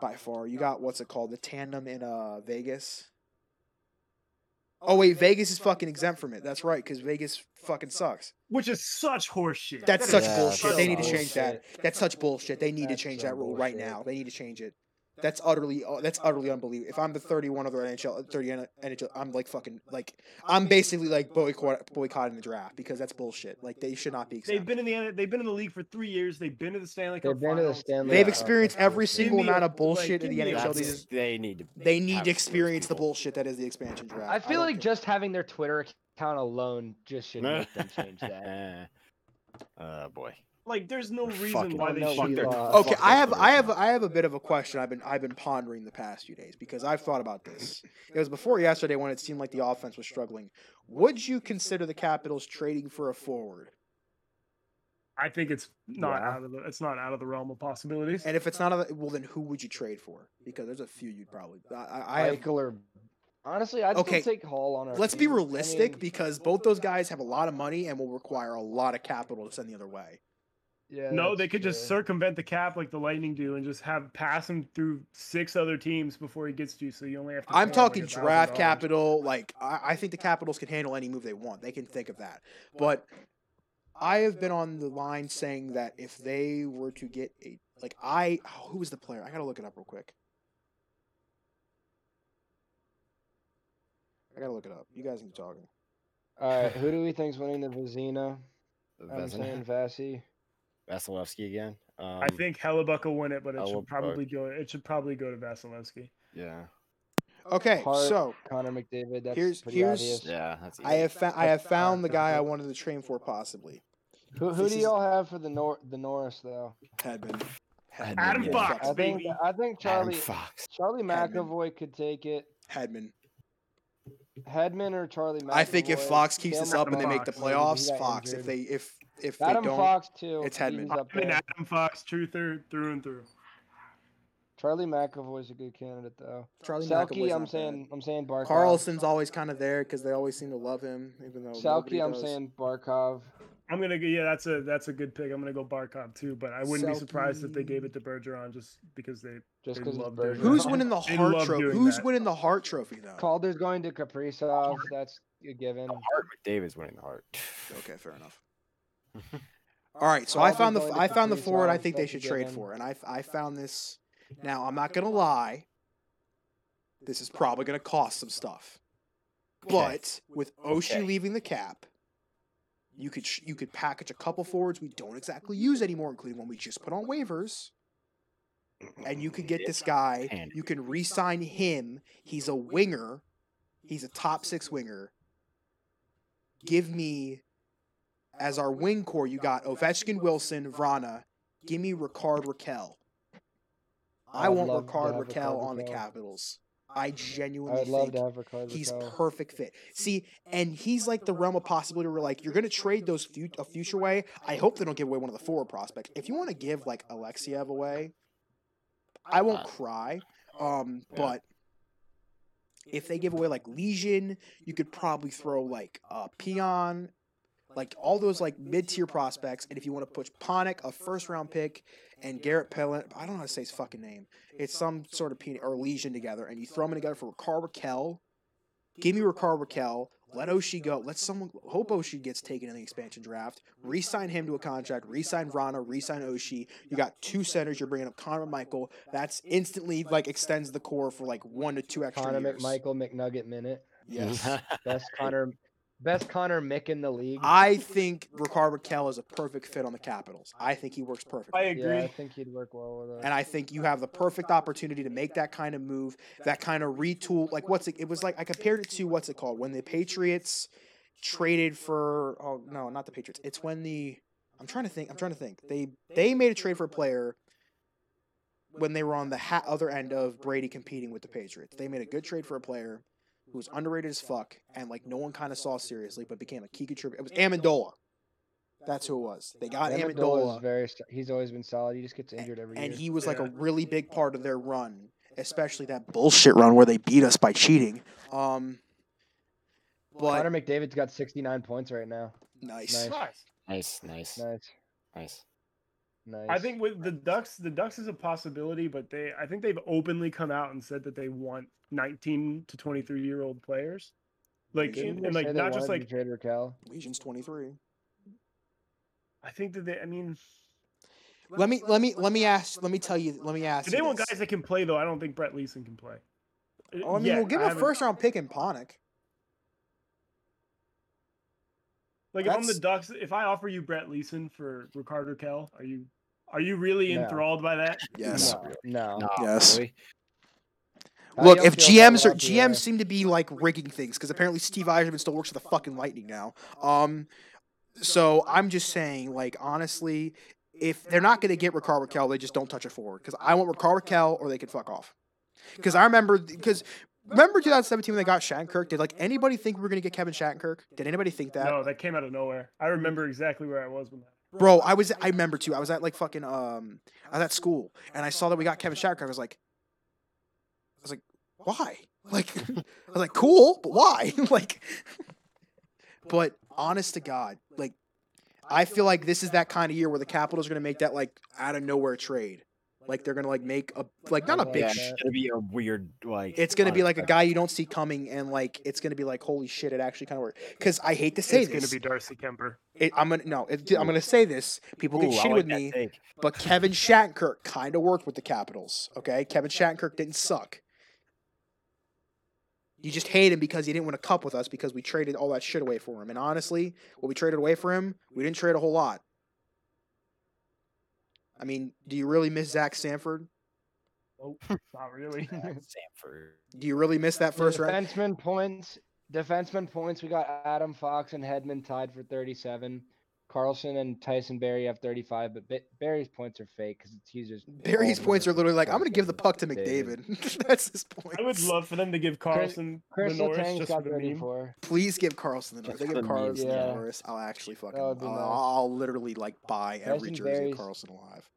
A: By far, you got what's it called? The tandem in uh Vegas. Oh wait, Vegas is fucking exempt from it. That's right, because Vegas fucking sucks.
E: Which is such horseshit.
A: That's such
E: That is
C: Yeah,
A: bullshit.
E: such
A: They need to
E: bullshit.
A: change that. That's such bullshit. They need to
B: That's
A: change
B: some
A: that rule right
B: bullshit.
A: now. They need to change it. That's utterly uh, that's utterly unbelievable. If I'm the 31 other NHL 30 NHL, I'm like fucking like I'm basically like boycott, boycotting the draft because that's bullshit. Like they should not be.
E: [laughs] They've
A: Exempt.
E: been in the they've been in the league for three years. They've been to the Stanley Cup.
B: They've been to the
E: Finals.
B: Stanley
A: They've
B: Yeah,
A: experienced
B: that's
A: every
B: bullshit.
A: single
E: Give me a-
A: amount of bullshit
E: like,
A: in the
E: give me a-
A: NHL.
C: That's-
A: They,
E: That's-
A: just,
C: they need to.
A: they need
C: have
A: to
C: those
A: experience the
C: people.
A: bullshit that is the expansion draft.
B: I feel
A: don't
B: like
A: care.
B: just having their Twitter account alone just [laughs] should make them
C: [laughs]
B: change that.
C: oh boy.
E: Like, there's no reason
C: Fucking-
E: why they
B: Oh, no,
E: should.
B: we
E: their-
B: lost.
A: Okay,
C: Fuck
A: I
C: that
A: have
C: Twitter
A: I have
C: account.
A: I have a bit of a question I've been I've been pondering the past few days because I've thought about this. It was before yesterday when it seemed like the offense was struggling. Would you consider the Capitals trading for a forward?
E: I think it's not
B: Yeah.
E: out of the it's not out of the realm of possibilities.
A: And if it's not a well then who would you trade for? Because there's a few you'd probably I, I, I have
B: Eichel or honestly, I'd
A: Okay,
B: still take Hall on our.
A: Let's be
B: team. I
A: realistic
B: mean,
A: because both those guys have a lot of money and will require a lot of capital to send the other way.
B: yeah,
E: no,
B: that's
E: they could just
B: true.
E: circumvent the cap like the Lightning do and just have pass him through six other teams before he gets to you. So you only have to.
A: I'm
E: throw him, like,
A: talking
E: $1,000.
A: draft capital. Like I, I think the Capitals can handle any move they want. They can think of that. But I have been on the line saying that if they were to get a like I oh, who was the player? I gotta look it up real quick. I gotta look it up. You guys keep talking.
B: All right, who do [laughs] we think's winning the Vizina?
C: [laughs]
B: I'm
C: Vezina?
B: saying Vasi.
C: Vasilevsky again. Um,
E: I think Hellebuck will win it, but it should
C: Hellebuck.
E: probably go. It should probably go to Vasilevsky.
C: Yeah.
A: Okay,
B: Hart,
A: so
B: Connor McDavid. That's
A: Here's-
B: pretty
A: here's-
B: obvious.
C: Yeah. That's
A: I
C: easy.
A: have fa- I have found the guy I wanted to train for possibly.
B: Who, who
A: this
B: do
A: is-
B: y'all have for the Nor the Norris though?
A: Hedman. Hedman.
C: Adam
A: yeah.
E: Fox.
B: I think
E: Baby.
B: I think
C: Adam
B: Charlie
C: Fox.
B: Charlie
A: Hedman.
B: McAvoy could take it.
A: Hedman.
B: Hedman or Charlie McAvoy.
A: I think if Fox keeps
B: Sam
A: this up and they make
E: Fox,
A: the
B: maybe he
A: playoffs,
B: got
A: Fox. If
B: injured.
A: they if if they
B: Adam
A: don't,
B: Fox too.
A: it's
B: he
A: Hedman.
B: was up
E: I'm an
B: there.
E: Adam Fox truther through and through.
B: Charlie McAvoy's a good candidate though.
A: Charlie McAvoy's
B: Selke,
A: not
B: I'm
A: bad.
B: saying I'm saying Barkov.
A: Carlson's always kind of there because they always seem to love him, even though nobody
B: Selke, I'm
A: does.
B: saying Barkov.
E: I'm gonna go. Yeah, that's a that's a good pick. I'm gonna go Barkov too, but I wouldn't be surprised if they gave
A: Selke.
E: it to Bergeron just because they.
B: Just
E: They
B: because
E: love Bergeron.
A: Who's winning the
E: They
A: Hart
E: love
A: Trophy?
E: doing
A: Who's
E: that.
A: winning the Hart Trophy though?
B: Calder's going to Kaprizov. That's a given.
C: Hart McDavid's winning the heart.
A: Okay, fair [laughs] enough. All right, so I
B: Probably
A: found the
B: going to
A: I found the
B: Caprizov,
A: forward I think they
B: that's a
A: should trade
B: given.
A: for, and I I found this. Now I'm not gonna lie. This is probably gonna cost some stuff, but with Oshie
C: Okay.
A: leaving the cap, you could sh- you could package a couple forwards we don't exactly use anymore, including one we just put on waivers, and you could get this guy.
C: And-
A: You can re-sign him. He's a winger. He's a top six winger. Give me as our wing core. You got Ovechkin, Wilson, Vrana. Give me Ricard Raquel. I
B: I'd
A: want
B: love to
A: Ricard
B: have
A: Raquel on the
B: Raquel.
A: Capitals. I
B: I
A: genuinely
B: would love
A: think
B: to have Ricard
A: he's
B: Raquel.
A: perfect fit. See, and he's like the realm of possibility where like you're gonna trade those few, a future way. I hope they don't give away one of the forward prospects. If you want to give like Alexiev away, I won't
C: Uh,
A: cry. Um,
C: yeah.
A: but if they give away like Legion, you could probably throw like uh, Peon, like all those like mid tier prospects. And if you want to push Ponick, a first round pick, and Garrett Pellin, I don't know how to say his fucking name. It's some sort of peanut or Legion together, and you throw them together for Ricard Raquel. Give me Ricard Raquel. Let Oshie go. Let someone hope Oshie gets taken in the expansion draft. Resign him to a contract. Resign Rana. Resign Oshie. You got two centers. You're bringing up Connor Michael. That's instantly like extends the core for like one to two extra
B: Connor
A: years.
B: McMichael McNugget minute.
C: [laughs]
A: Yes.
B: Best Connor, best Connor Mick in the league.
A: I think Ricard Raquel is a perfect fit on the Capitals. I think he works perfectly.
E: I agree.
B: Yeah, I think he'd work well with us.
A: And I think you have the perfect opportunity to make that kind of move, that kind of retool. Like what's it? It was like I compared it to what's it called when the Patriots traded for. Oh no, not the Patriots. It's when the I'm trying to think. I'm trying to think. They they made a trade for a player. when they were on the ha- other end of Brady competing with the Patriots. They made a good trade for a player who was underrated as fuck and like no one kind of saw seriously, but became a key contributor. It was Amendola. That's who it was. They got
B: Amendola's
A: Amendola,
B: very. st- He's always been solid. He just gets injured every
A: and
B: year.
A: he was like a
E: Yeah.
A: really big part of their run, especially that bullshit run where they beat us by cheating. Um,
B: Connor
A: but
B: McDavid's got 69 points right now.
A: nice.
E: Nice.
C: Nice, nice,
B: Nice,
C: nice.
B: nice.
E: I think with the Ducks, the Ducks is a possibility, but they I think they've openly come out and said that they want 19 to 23 year old players. Like
A: Didn't
E: and,
B: They
E: and, like
B: say they
E: not just
B: wanted to
E: like
B: trade Raquel.
A: Legion's twenty three.
E: I think that they I mean
A: Let me let me let me ask. Let me tell you. Let me ask.
E: if they
A: you
E: want
A: this.
E: guys that can play though, I don't think Brett Leeson can play. Uh,
A: Oh, I mean,
E: yet.
A: we'll give him a
E: haven't-
A: first round pick in Ponick.
E: Like if I'm the
A: That's-
E: Ducks, if I offer you Brett Leeson for Ricard Raquel, are you are you really
B: No.
E: enthralled by that?
A: Yes.
B: No. no.
C: Nah,
A: Yes.
C: really?
B: How do
A: Look,
B: y'all
A: if
B: feel about uh,
A: GMs are
B: Latvia?
A: GMs seem to be like rigging things because apparently Steve Eiserman still works for the fucking Lightning now. Um, so I'm just saying, like honestly, if they're not gonna get Ricard Raquel, they just don't touch it forward because I want Ricard Raquel or they can fuck off. Because I remember because. Remember 2017 when they got Shattenkirk? Did like anybody think we were gonna get Kevin Shattenkirk? Did anybody think that?
E: No, that came out of nowhere. I remember exactly where I was when that.
A: Bro, I was I remember too. I was at like fucking um I was at school and I saw that we got Kevin Shattenkirk. I was like I was like, why? Like [laughs] I was like, cool, but why? [laughs] like But honest to God, like I feel like this is that kind of year where the Capitals are gonna make that like out of nowhere trade. Like they're gonna like make a like not a big
C: Yeah,
A: sh-
C: it's gonna be a weird like. uh,
A: it's gonna be like a
C: unexpected-
A: guy you don't see coming and like it's gonna be like holy shit it actually kinda worked. Cause I hate to say
E: it's
A: this.
E: gonna be Darcy Kemper.
A: it, I'm gonna no it, I'm gonna say this. People get
C: Ooh, I
A: shitty
C: like
A: with
C: that
A: me. [laughs]
C: take.
A: But Kevin Shattenkirk kind of worked with the Capitals. Okay, Kevin Shattenkirk didn't suck. You just hate him because he didn't win a cup with us because we traded all that shit away for him. And honestly, what we traded away for him, we didn't trade a whole lot. I mean, do you really miss Zach Sanford?
E: Nope, [laughs] not really.
C: Sanford.
A: Do you really miss that first round?
B: Defenseman points. Defenseman points. We got Adam Fox and Hedman tied for 37. Carlson and Tyson Berry have 35, but Ba- Berry's points are fake because he's just.
A: Barry's
B: involved in
A: points
B: it.
A: are literally like, I'm gonna give the puck to
B: McDavid.
A: McDavid. [laughs] That's his point.
E: I would love for them to give Carlson the
B: Chris
E: Norris
B: Letang's
E: just for
B: got
E: the meme.
B: 34.
A: Please give Carlson the Norris. They
C: Just
A: give
C: the meme.
A: Carlson
B: Yeah.
A: the Norris. I'll actually fucking. I'll,
B: would be nice.
A: I'll literally like buy every
B: Tyson
A: jersey of
B: Berry's-
A: Carlson alive.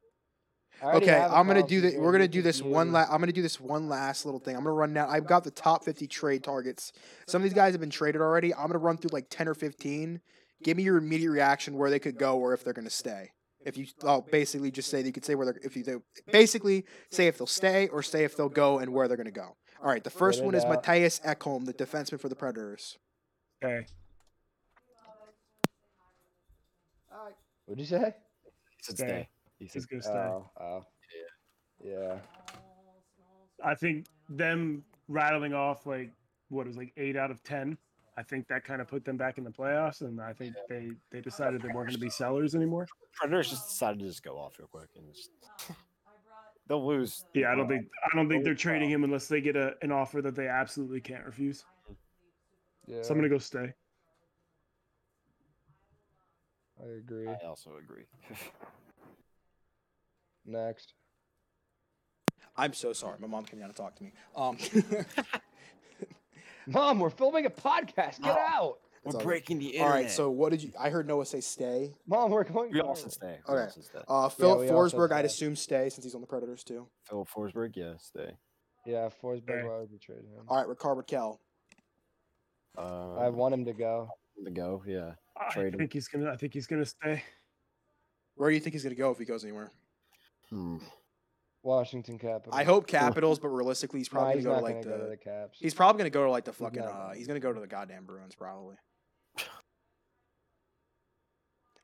B: I already
A: Okay,
B: have a
A: I'm gonna do
B: Carlson
A: that. We're
B: jersey.
A: gonna
B: It's
A: do
B: a
A: this one.
B: beauty.
A: La- I'm gonna do this one last little thing. I'm gonna run down. I've got the top 50 trade targets. Some of these guys have been traded already. I'm gonna run through like 10 or 15. Give me your immediate reaction where they could go or if they're gonna stay. If you, I'll basically just say that you could say where they're. If you, they, basically say if they'll stay or say if they'll go and where they're gonna go. All right, the first
B: it
A: one is
B: out.
A: Matthias Ekholm, the defenseman for the Predators.
E: Okay.
B: What'd you say?
C: It's its
E: Okay.
C: day. He said,
E: He's gonna stay.
B: Oh, oh. Yeah.
E: I think them rattling off like what it was like eight out of ten. I think that kind of put them back in the playoffs, and I think they they decided they weren't going to be sellers anymore.
C: Predators just decided to just go off real quick and just. [laughs] They'll lose.
E: Yeah, I don't think I don't think
C: Oh,
E: they're trading
C: wow.
E: him unless they get a, an offer that they absolutely can't refuse.
B: Yeah.
E: So I'm going to go stay.
B: I agree.
C: I also agree.
B: Next.
A: I'm so sorry. My mom came down to talk to me. Um, [laughs]
B: Mom, we're filming a podcast. Get
C: Mom.
B: out.
A: We're
C: We're
A: all-
C: breaking the
A: all
C: internet.
A: right. So what did you? I heard Noah say stay.
B: Mom, we're going.
C: we all should
B: viral.
C: stay. We all
A: Okay.
C: should stay.
A: Uh, Philip
B: we all said
A: Forsberg, I'd
B: that.
A: assume stay since he's on the Predators too.
C: Phil Forsberg, yeah, stay.
B: Yeah, Forsberg.
E: Okay.
B: Why would we trade him?
A: All right, Ricard Raquel.
C: Uh,
B: I want him to go.
C: to go. Yeah,
E: I
C: Trade him.
E: think he's going to I think he's going to stay.
A: Where do you think he's gonna go if he goes anywhere?
C: hmm.
B: Washington Capitals.
A: I hope Capitals, but realistically, he's
B: Nah,
A: probably
B: he's
A: gonna
B: not
A: go to like
B: gonna
A: the.
B: go to the Caps.
A: He's probably gonna go to like the fucking.
B: not
A: uh,
B: gonna.
A: he's gonna go to the goddamn Bruins probably.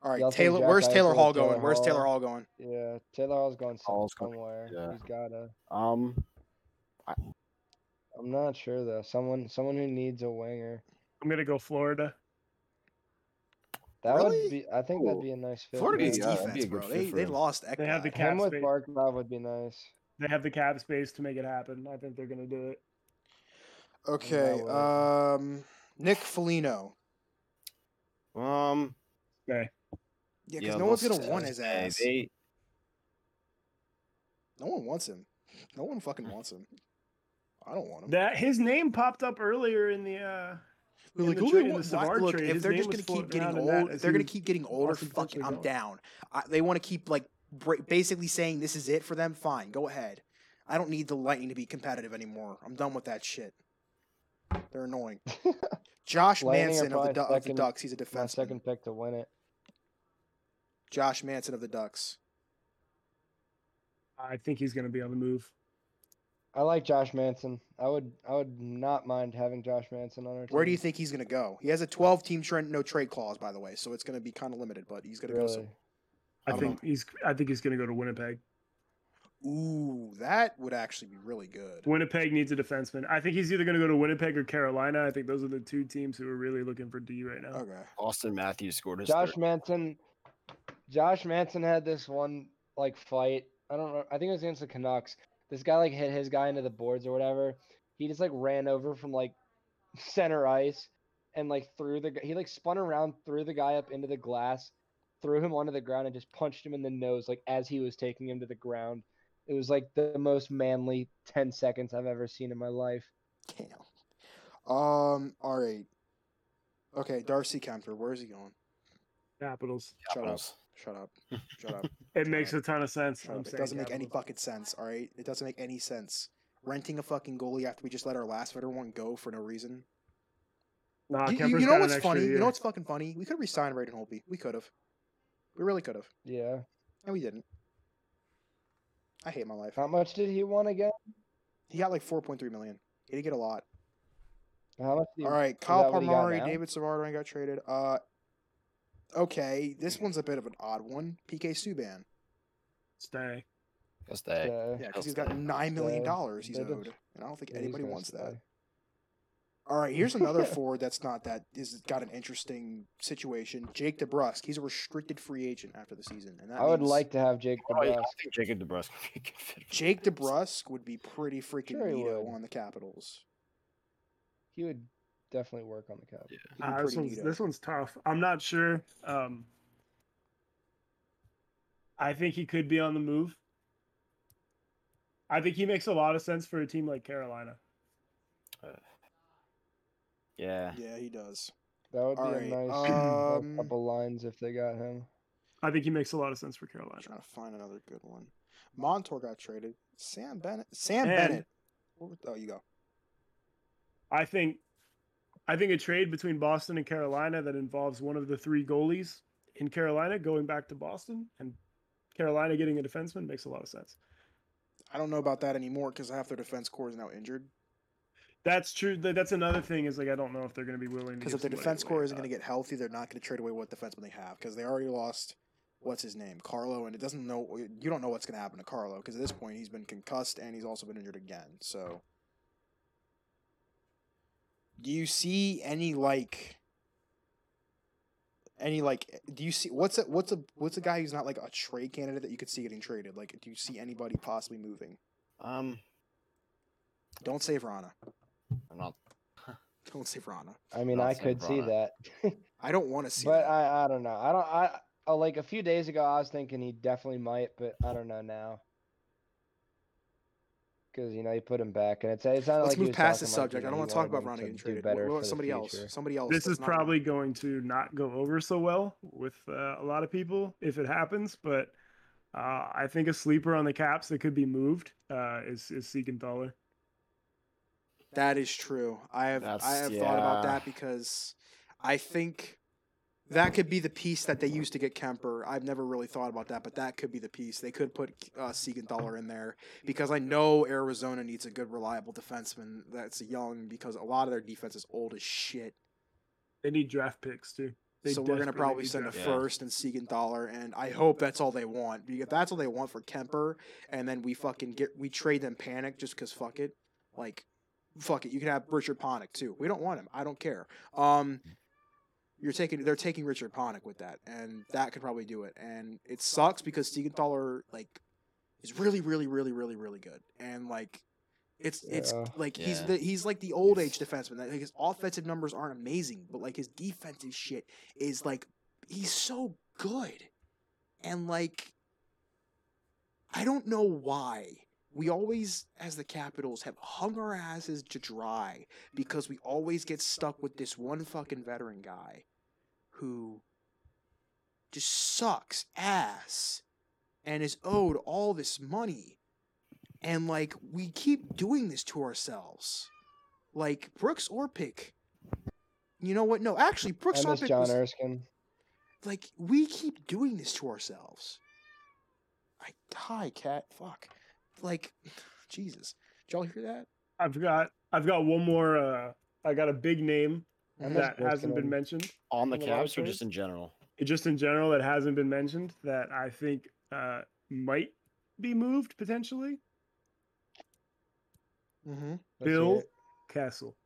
A: All right,
B: Y'all think
A: Taylor.
B: Jack
A: Where's Taylor
B: Eichel,
A: Hall
B: Taylor
A: going? Where's
B: Hall?
A: Taylor Hall going?
B: yeah, Taylor Hall's going
C: Hall's going-
B: somewhere.
C: yeah.
B: He's gotta.
C: Um,
B: I'm not sure though. Someone, someone who needs a winger.
E: I'm going to go Florida.
B: That
A: Really?
B: would be. I think
C: Ooh.
B: that'd be a nice fit.
A: Florida
B: yeah.
A: needs
C: yeah, that'd be
A: defense,
C: a good
A: bro.
C: fit
A: They,
C: for
A: they
C: him.
A: lost. Ekblad.
E: They have the cap
B: Him with
E: space.
B: Barkov would be nice. [laughs]
E: They have the cap space to make it happen. I think they're going to do it.
A: Okay.
B: way.
A: Um, Nick Foligno.
C: um,
E: Okay.
A: Yeah,
C: yeah,
A: because no
C: they'll
A: one's gonna
C: stay.
A: want his ass.
C: They,
A: No one wants him. No one fucking wants him. I don't want him.
E: That his name popped up earlier in the. uh
A: We're
E: in
A: like,
E: the
A: "Ooh,
E: trade-
A: they
E: in
A: want-
E: the
A: why-
E: Savard
A: look,
E: trade,
A: if
E: his
A: they're
E: name
A: just
E: was
A: gonna
E: floating
A: keep getting
E: around in that
A: old,
E: as
A: they're
E: he
A: gonna
E: was
A: keep getting older.
E: possibly
A: Fucking, I'm
E: going.
A: down. I, they want to keep like bra- basically saying this is it for them. Fine, go ahead. I don't need the Lightning to be competitive anymore. I'm done with that shit. They're annoying. Josh
B: Lightning are
A: Manson of the,
B: probably
A: Du- of the
B: second-
A: Ducks. He's a
B: My
A: defenseman.
B: second pick to win it.
A: Josh Manson of the Ducks.
E: I think he's gonna be on the move.
B: I like Josh Manson. I would I would not mind having Josh Manson on our team.
A: Where do you think he's gonna go? He has a 12 team trend, no trade clause, by the way, so it's gonna be kind of limited. But he's gonna go.
B: really?
A: Some- I
E: I,
A: don't
E: think he's. I think he's gonna go to Winnipeg.
A: Ooh, that would actually be really good.
E: Winnipeg needs a defenseman. I think he's either gonna go to Winnipeg or Carolina. I think those are the two teams who are really looking for D right now.
A: Okay.
C: Austin Matthews scored his
B: Josh
C: third.
B: Manson. Josh Manson had this one like fight. I don't know. I think it was against the Canucks. This guy like hit his guy into the boards or whatever. He just like ran over from like [laughs] center ice and like threw the gu- he like spun around, threw the guy up into the glass, threw him onto the ground, and just punched him in the nose like as he was taking him to the ground. It was like the most manly ten seconds I've ever seen in my life.
A: Damn. Um. All right. Okay, Darcy Kemper. Where is he going?
E: Capitals.
C: Capitals.
A: Shut up.
E: [laughs]
A: Shut up.
E: It makes a ton of sense.
A: Shut up.
E: I'm
A: It
E: saying
A: doesn't make any
E: Capitals.
A: fucking sense. All right. It doesn't make any sense. Renting a fucking goalie after we just let our last veteran one go for no reason.
E: Nah,
A: you, you- you
E: Kemper's got
A: know
E: an
A: what's
E: extra
A: funny? You
E: year.
A: know what's fucking funny? We could resign Braden Holtby. We could have. We really could have,
B: Yeah.
A: and we didn't. I hate my life.
B: How much did he want again?
A: He got like 4.3 million. He didn't get a lot.
B: How much did he
A: All right, Kyle
B: that what he got
A: Palmieri,
B: now?
A: David Savard got traded. Uh, okay, this one's a bit of an odd one. PK Subban.
E: Stay.
C: That's that.
B: uh,
A: Yeah, because he's got nine million dollars he's
B: they don't-
A: owed, and I don't think
B: yeah, he's
A: anybody
B: gonna
A: wants that.
B: stay.
A: All right, here's
B: [laughs]
A: another forward that's not that is got an interesting situation. Jake DeBrusque, he's a restricted free agent after the season, and that
B: I would
A: means
B: like to have Jake
C: Oh, yeah, I
B: DeBrusque.
C: think Jacob DeBrusque would be a good fit for
A: Jake
C: the Capitals.
A: DeBrusque would be pretty freaking
B: Sure he
A: neato
B: would.
A: on the Capitals.
B: He would definitely work on the Cavs.
C: Yeah.
A: He'd be
E: Ah, this
A: pretty
E: one's
A: neato.
E: this one's tough. I'm not sure. Um, I think he could be on the move. I think he makes a lot of sense for a team like Carolina.
C: Yeah.
A: Yeah, he does.
B: That would be
A: All
B: a
A: right,
B: nice uh,
A: um,
B: couple lines if they got him.
E: I think he makes a lot of sense for
A: I'm
E: Carolina.
A: trying to find another good one. Montour got traded. Sam Bennett. Sam
E: And-
A: Bennett. What- Oh, you go.
E: I think, I think a trade between Boston and Carolina that involves one of the three goalies in Carolina going back to Boston and Carolina getting a defenseman makes a lot of sense.
A: I don't know about that anymore because half their defense core is now injured.
E: That's true. Th- That's another thing is like I don't know if they're going to be willing to
A: Because
E: give
A: if their
E: somebody
A: defense
E: away.
A: core isn't going
E: Uh,
A: to get healthy, they're not going to trade away what defenseman they have because they already lost what's his name Carlo, and it doesn't know you don't know what's going to happen to Carlo because at this point he's been concussed and he's also been injured again. So, do you see any like any like do you see what's a what's a what's a guy who's not like a trade candidate that you could see getting traded? Like, do you see anybody possibly moving?
C: Um,
A: Don't save Rana.
C: I'm not.
A: Don't save Rana.
B: I mean,
C: Not
B: I
C: Sam
B: could see
C: Vrana.
B: that, [laughs]
A: I don't want to see.
B: but
A: that.
B: I, I don't know. I don't. I oh, like a few days ago, I was thinking he definitely might, but I don't know now. Because you know you put him back, and it's it sounded
A: Let's
B: like he
A: move
B: was
A: past the
B: talking like, you
A: subject. I
B: know,
A: don't
B: he
A: want to talk
B: wanted
A: about Ronnie
B: him to
A: getting
B: do
A: traded. What
B: better
A: about
B: for the
A: somebody else?
B: future.
A: Somebody else.
E: this
A: that's
E: is
A: not Ronnie.
E: probably going to not go over so well with uh, a lot of people if it happens, but uh, I think a sleeper on the Caps that could be moved uh, is is Siegenthaler.
A: That is true. I have I
C: That's-
A: have thought about
C: yeah.
A: that because I think that could be the piece that they used to get Kemper. I've never really thought about that, but that could be the piece. They could put uh, Siegenthaler in there because I know Arizona needs a good, reliable defenseman that's young because a lot of their defense is old as shit.
E: They need draft picks too. They
A: so we're gonna
E: desperately
A: probably
E: need
A: send a
E: draft
C: Yeah.
A: first and Siegenthaler, and I hope that's all they want. Because if that's all they want for Kemper, and then we fucking get we trade them Panic just because fuck it, like fuck it. You can have Richard Ponick too. We don't want him. I don't care. Um, you're taking they're taking Richard Ponick with that, and that could probably do it. And it sucks because Siegenthaler like is really really really really really good, and like. It's it's
B: Yeah.
A: like he's
C: Yeah.
A: the, he's like the old
C: He's-
A: age defenseman. Like his offensive numbers aren't amazing, but like his defensive shit is like he's so good and like i I don't know why we always, as the Capitals, have hung our asses to dry because we always get stuck with this one fucking veteran guy who just sucks ass and is owed all this money. And like we keep doing this to ourselves. Like Brooks Orpik. You know what? No, actually Brooks
B: I miss
A: Orpik
B: John
A: was,
B: Erskine.
A: like we keep doing this to ourselves. I hi cat fuck. Like [sighs] Jesus. Did y'all hear that?
E: I've got I've got one more. Uh, I got a big name
B: I miss
E: that
B: Brooks
E: hasn't been
B: Orpik.
E: mentioned.
C: On the
E: Well, I
C: Caps or
E: would-
C: just in general?
E: It just in general that hasn't been mentioned that I think uh, might be moved potentially.
A: Mm-hmm.
B: Let's hear
E: Bill
B: it.
E: Castle,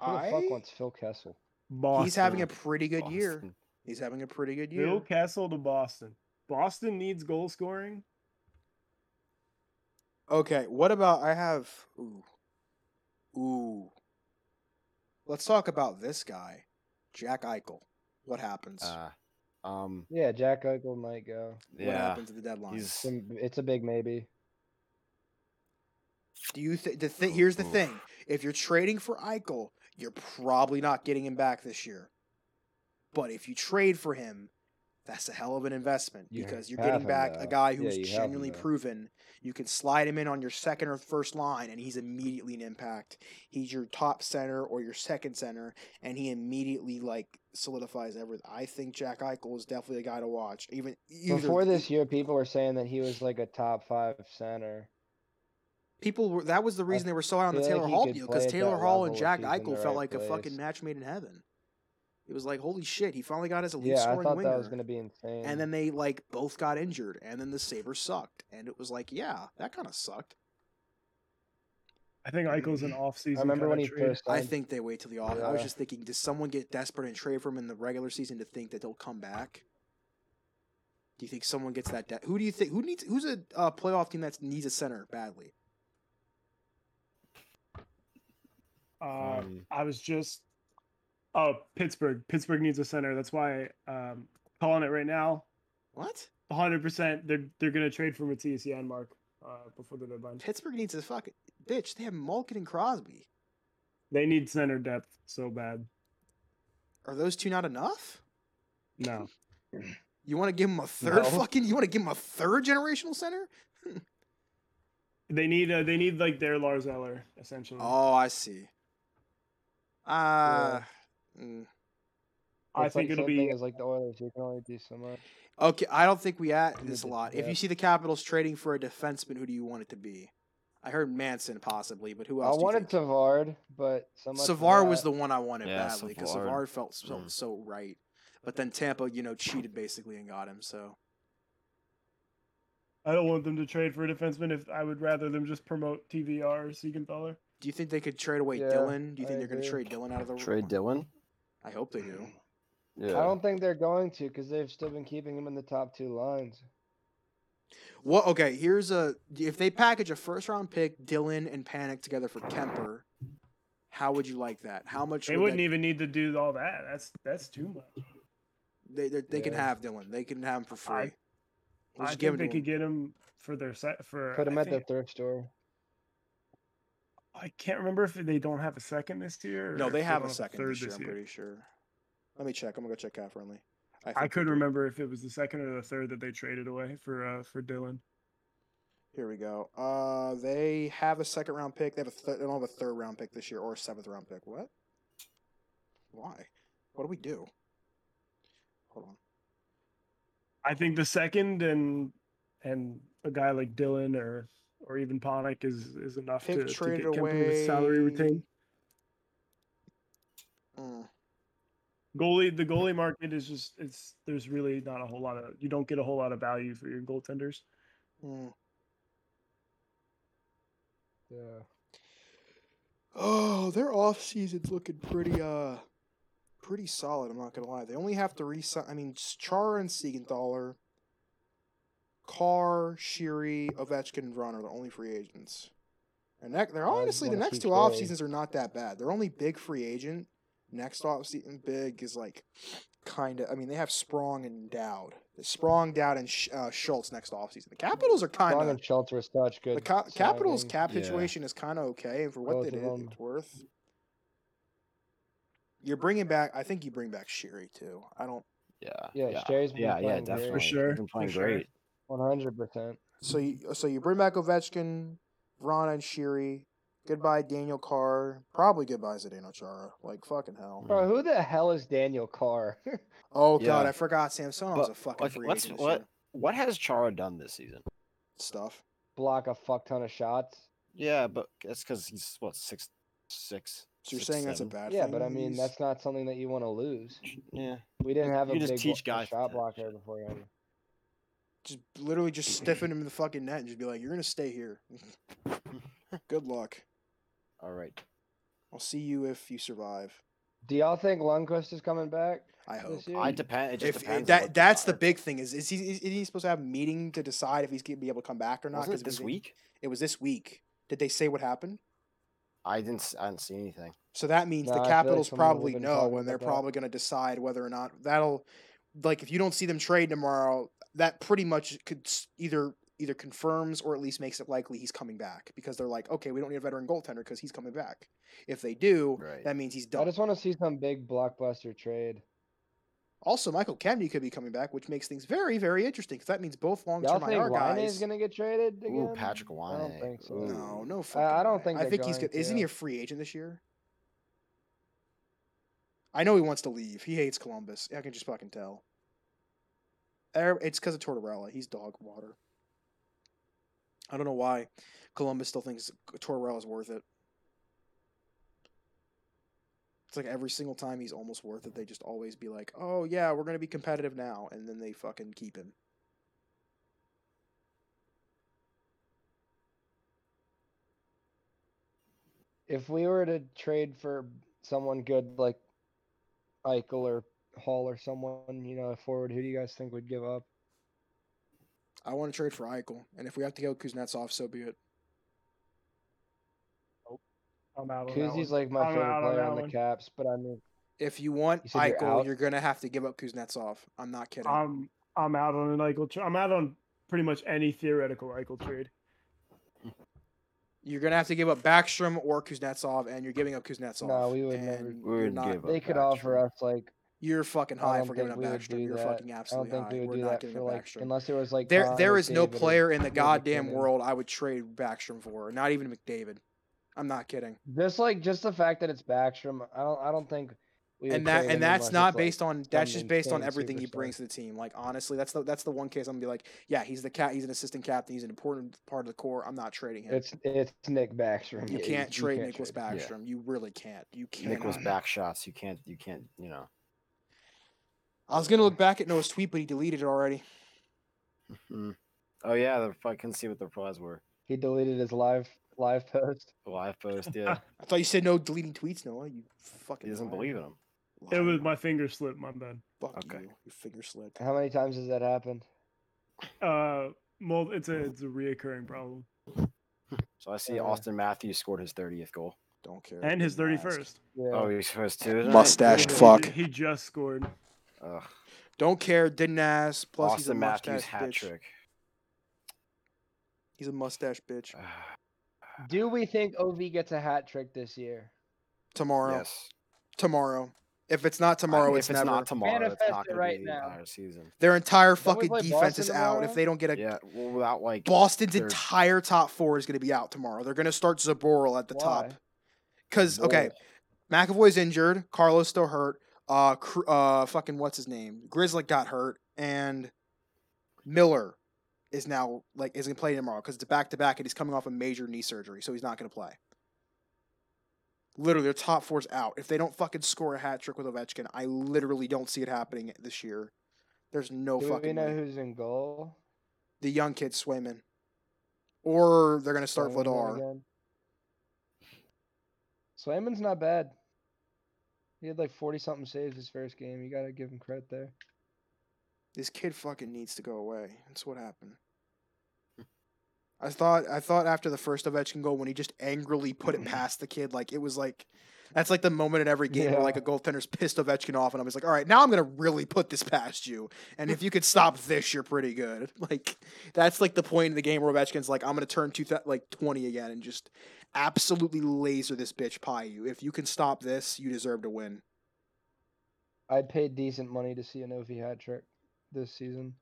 B: Who the fuck
A: I-
B: wants Phil Kessel?
E: Boston.
A: He's having a pretty good year.
C: Boston.
A: He's having a pretty good year.
E: Bill Castle to Boston. Boston needs goal scoring.
A: Okay, what about I have ooh. Ooh. Let's talk about this guy, Jack Eichel. What happens?
C: Uh, um,
B: Yeah, Jack Eichel might go.
A: What
C: yeah,
A: happens at the deadline?
C: he's
B: Some- It's a big maybe.
A: Do you think the thing? Here's the
C: Oof.
A: thing: if you're trading for Eichel, you're probably not getting him back this year. But if you trade for him, that's a hell of an investment
B: You
A: because you're
B: have
A: getting
B: him,
A: back a
B: though.
A: guy
B: Yeah,
A: who's
B: you have him,
A: genuinely
B: though.
A: proven. You can slide him in on your second or first line, and he's immediately an impact. He's your top center or your second center, and he immediately like solidifies everything. I think Jack Eichel is definitely a guy to watch. Even either-
B: Before this year, people were saying that he was like a top five center.
A: people were that was the reason they were so high on the
B: feel like
A: Taylor
B: he
A: Hall
B: could
A: deal
B: play
A: because
B: at
A: Taylor
B: that
A: Hall and
B: level if
A: Jack
B: he's in
A: Eichel
B: the
A: felt
B: right
A: like a fucking
B: place.
A: match made in heaven. It was like holy shit, he finally got his elite
B: Yeah, I
A: scoring
B: thought
A: winner.
B: that was gonna be insane.
A: And then they like both got injured, and then the Sabres sucked, and it was like, yeah, that kind of sucked.
E: I think Eichel's an offseason.
B: Mm. I remember when he
E: kinda trade.
B: first.
A: I
B: signed-
A: think they wait till the off. I was
B: Yeah.
A: just thinking, does someone get desperate and trade for him in the regular season to think that they'll come back? Do you think someone gets that? De- who do you think? Who needs? Who's a uh, playoff team that needs a center badly?
E: Uh,
C: um,
E: I was just oh Pittsburgh. Pittsburgh needs a center. That's why um calling it right now.
A: What?
E: 100. percent They're they're gonna trade for Matthias Janmark uh, before the deadline.
A: Pittsburgh needs a fucking bitch. They have Malkin and Crosby.
E: They need center depth so bad.
A: Are those two not enough?
E: No,
A: You want to give him a third
B: No.
A: fucking? You want to give him a third generational center?
E: they need uh, they need like their Lars Eller essentially.
A: Oh, I see. Uh, mm.
E: I
B: it's like
E: think it'll
B: same thing
E: be
B: as like the Oilers. You can only do so much.
A: okay. I don't think we at
B: Need
A: this a
B: to
A: lot. If you
B: depth.
A: see the Capitals trading for a defenseman, who do you want it to be? I heard Manson possibly, but who else?
B: I
A: do you
B: wanted
A: think?
B: Savard, but so much. of
A: Savard was
B: that-
A: the one I wanted
C: Yeah,
A: badly because
C: Savard.
A: Savard felt so,
C: Mm.
A: so right. But then Tampa, you know, cheated basically and got him. So
E: I don't want them to trade for a defenseman. If I would rather them just promote TVR or Siegenthaler.
A: do you think they could trade away
B: Yeah,
A: Dylan? Do you
B: I
A: think they're going to
B: agree.
A: trade Dylan out of the
C: trade Dylan.
A: I hope they do.
C: Yeah,
B: I don't think they're going to because they've still been keeping him in the top two lines.
A: Well, okay. Here's a if they package a first round pick, Dylan and Panic together for Kemper. How would you like that? How much?
E: They
A: would
E: wouldn't
A: that-
E: even need to do all that. That's that's too much.
A: They, they, they can
B: Yeah.
A: have Dylan. They can have him for free.
E: e-, I-
A: We'll
E: I
A: just
E: think
A: give him
E: they
A: to
E: could
A: him.
E: get him for their set
A: Uh,
E: for.
B: Put him
E: I
B: at the
E: think-
B: thrift store.
E: I can't remember if they don't have a second this year.
A: No,
E: or if
A: they have a
E: don't
A: second this year. I'm pretty sure. Let me check. I'm gonna go check out friendly.
E: I
A: think they
E: could
A: do.
E: remember if it was the second or the third that they traded away for uh, for Dylan.
A: Here we go. Uh, they have a second round pick. They have a th- they don't have a third round pick this year or a seventh round pick. What? Why? What do we do? Hold on.
E: I think the second and and a guy like Dylan or or even Ponick is is enough
A: Pick
E: to, to get
A: traded
E: Kemper
A: away.
E: with salary retained.
A: Mm.
E: Goalie the goalie market is just it's there's really not a whole lot of you don't get a whole lot of value for your goaltenders.
A: Mm.
B: Yeah.
A: Oh, their off season's looking pretty uh pretty solid, I'm not gonna lie. They only have to re sign I mean s- Chara and Siegenthaler, Carr, Shiri, Ovechkin, and Vrana are the only free agents. And that, they're
B: I
A: honestly the
B: wanna
A: next
B: see
A: two off
B: Carey.
A: seasons are not that bad. Their only big free agent next off season big is like kind of. I mean, they have Sprong and Dowd. Sprong, Dowd, and Sh- uh, Schultz next offseason. The Capitals are kind
B: Long
A: of.
B: and Schultz were such good.
A: The ca- Capitals'
B: signings.
A: cap
C: Yeah.
A: situation is kind of okay, and for what
B: Both
A: they
B: of
A: did,
B: them.
A: it's worth. You're bringing back. I think you bring back Shiri too. I don't.
C: Yeah.
B: Yeah,
C: Yeah.
B: Sherry's been
C: Yeah. Yeah.
B: playing great.
C: Definitely. Mm.
E: For sure,
C: He's been
E: for
C: playing
E: sure.
C: great.
B: One hundred percent.
A: So you so you bring back Ovechkin, Vrana, and Shiri. Goodbye, Daniel Carr. Probably goodbye, Zdeno Chara. Like fucking hell.
B: Bro, who the hell is Daniel Carr? [laughs]
A: Oh god,
C: Yeah.
A: I forgot Samson was
C: But,
A: a fucking
C: like,
A: free
C: let's-
A: agent. this
C: what-
A: year.
C: What has Chara done this season?
A: stuff?
B: Block a fuck ton of shots.
C: Yeah, but that's because he's what six, six.
A: So you're
C: six,
A: saying that's a
C: seven?
A: bad
B: Yeah,
A: thing?
B: but I mean
A: He's-
B: that's not something that you want to lose.
C: Yeah.
B: We didn't have
C: You
B: a
C: just
B: big
C: teach
B: blo-
C: guys to
B: shot
C: that
B: blocker before. him.
A: just literally
C: [clears throat]
A: just stiffen him in the fucking net and just be like, "You're gonna stay
C: [laughs]
A: here. Good luck.
C: All right.
A: I'll see you if you survive."
B: Do y'all think Lundqvist is coming back?
A: I
E: Oh,
B: this
A: hope.
B: year?
C: I depend. It just
A: If
C: depends. on what
A: that
C: they
A: that's the
C: hire.
A: big thing is is he is he supposed to have a meeting to decide if he's gonna be able to come back or not?
C: Wasn't
A: 'Cause
C: it
A: we
C: this
A: didn't-
C: week?
A: It was this week. Did they say what happened?
C: I didn't. s- I didn't see anything.
A: So that means the
B: No, I feel like
A: Capitals
B: someone would've
A: probably
B: been
A: know,
B: talking
A: and they're
B: about that.
A: probably going to decide whether or not that'll, like, if you don't see them trade tomorrow, that pretty much could s- either either confirms or at least makes it likely he's coming back because they're like, okay, we don't need a veteran goaltender because he's coming back. If they do,
C: Right.
A: that means he's
B: I
A: done.
B: just want to see some big blockbuster trade.
A: Also, Michael Kennedy could be coming back, which makes things very very interesting because that means both long
B: Y'all
A: term
B: think
A: IR
B: Line
A: guys.
B: is gonna get traded again?
C: Ooh, Patrick
B: I don't
C: Line.
B: think so.
A: No, no.
B: I- I
A: fucking
B: don't
A: way.
B: think
A: I
B: they're
A: think he's
B: going
A: go- isn't he
B: to.
A: a free agent this year? I know he wants to leave. He hates Columbus. I can just fucking tell. Er- It's because of Tortorella. He's dog water. I don't know why Columbus still thinks Tortorella's worth it. It's like every single time he's almost worth it, they just always be like, "Oh yeah, we're gonna be competitive now," and then they fucking keep him.
B: If we were to trade for someone good like Eichel or Hall or someone, you know, a forward, who do you guys think would give up?
A: I want to trade for Eichel, and if we have to go Kuznetsov, so be it.
E: I'm out on Oh, that one.
B: Kuzi's like my
E: I'm
B: favorite
E: out on
B: player
E: that
B: on the
E: one.
B: Caps, but I mean,
A: If you want
B: You said you're
A: Eichel,
B: out?
A: you're, gonna have to give up Kuznetsov. I'm not kidding.
E: I'm I'm out on an Eichel. Tra- I'm out on pretty much any theoretical Eichel trade.
A: you're gonna have to give up Backstrom or Kuznetsov, and you're giving up Kuznetsov.
B: No, we would never-
A: and
C: We
A: you're
C: would
A: not-
C: give up.
B: they could
C: Backstrom.
B: offer us like
A: You're fucking
B: I
A: high
B: don't
A: for giving up
B: think we would do
A: Backstrom. You're
B: that.
A: fucking
B: I don't
A: absolutely
B: think
A: high.
B: we would
A: We're
B: do
A: not
B: that
A: giving
B: for
A: up
B: like
A: Backstrom.
B: unless it was like
A: There,
B: Connor,
A: there is no
B: McDavid, or
A: player in the
B: McKinnon.
A: goddamn world I would trade Backstrom for. Not even McDavid. I'm not kidding.
B: Just like just the fact that it's Backstrom, I don't, I don't think. We would
A: and that
B: trade him
A: and
B: unless
A: that's
B: it's,
A: not
B: like,
A: based on that's
B: some
A: just based on
B: insane
A: everything he
B: superstar.
A: brings to the team. Like honestly, that's the that's the one case I'm gonna be like, yeah, he's the cat. He's an assistant captain. He's an important part of the core. I'm not trading him.
B: It's it's Nick Backstrom.
A: you
B: Yeah,
A: can't trade
B: can't
A: Nicholas
B: trade him.
C: Yeah.
A: Backstrom. You really can't. You can't.
C: Nicholas back shots. You can't. You can't. You know.
A: I was gonna look back at Noah's tweet, but he deleted it already.
C: Mm. Oh yeah, the, I couldn't see what the replies were.
B: He deleted his live live post. [laughs]
C: The live
A: [laughs]
C: post. Yeah,
A: I thought you said no deleting tweets, Noah. You fucking.
C: he doesn't
A: liar.
C: believe in him.
E: It
A: Liar.
E: was my finger slip. My bad.
A: Fuck
C: okay.
A: you. Your finger slipped.
B: How many times has that happened?
E: Uh, well, it's a it's a reoccurring problem.
C: So I see
B: Uh,
C: Austin Matthews scored his 30th goal.
A: Don't care.
E: And his
A: Didn't
E: thirty
A: ask.
E: first.
B: Yeah.
C: Oh, he's first two. tonight?
A: Mustached fuck.
E: He just scored.
C: Ugh.
A: Don't care. Didn't ask. Plus, he's a
C: Austin Matthews
A: mustache
C: hat
A: bitch.
C: trick.
A: He's a mustache bitch.
C: Ah,
B: Do we think Ov gets a hat trick this year?
A: Tomorrow.
C: yes.
A: Tomorrow. If it's not
C: I mean,
A: tomorrow,
C: if
A: it's never.
C: not tomorrow,
B: Manifest
C: it's not
B: it
C: going
B: right
C: to be the
B: now.
C: entire season.
A: Their entire
B: Don't we
A: fucking
B: play
A: defense is
B: Boston
A: out. If
B: tomorrow?
A: they don't get a
C: Yeah. Well, without like
A: Boston's
C: their-
A: entire top four is going to be out tomorrow. They're going to start Zaboral at the top
B: Why?
A: because okay,
C: Lowell,
A: McAvoy's injured. Carlos still hurt. Uh, Cr- uh, fucking what's his name? Grizzly got hurt, and Miller is now like isn't playing tomorrow because it's back to back, and he's coming off a major knee surgery, so he's not going to play. Literally, their top four's out. If they don't fucking score a hat trick with Ovechkin, I literally don't see it happening this year. There's no
B: Do we
A: fucking
B: know
A: way.
B: who's in goal?
A: the young kid Swayman, or they're going to start
B: Swayman's in
A: Vladar.
B: again. Swayman's not bad. He had like forty something saves his first game. You gotta give him credit there.
A: this kid fucking needs to go away. That's what happened. I thought I thought after the first Ovechkin goal when he just angrily put it past the kid, like it was like that's like the moment in every game where like a goaltender's pissed Ovechkin off, and I was like, all right, now I'm gonna really put this past you, and if you could stop this, you're pretty good. [laughs] Like that's like the point in the game where Ovechkin's like, I'm gonna turn two th- like twenty again and just absolutely laser this bitch pie you. If you can stop this, you deserve to win.
B: I'd pay decent money to see an Ovi hat trick this season.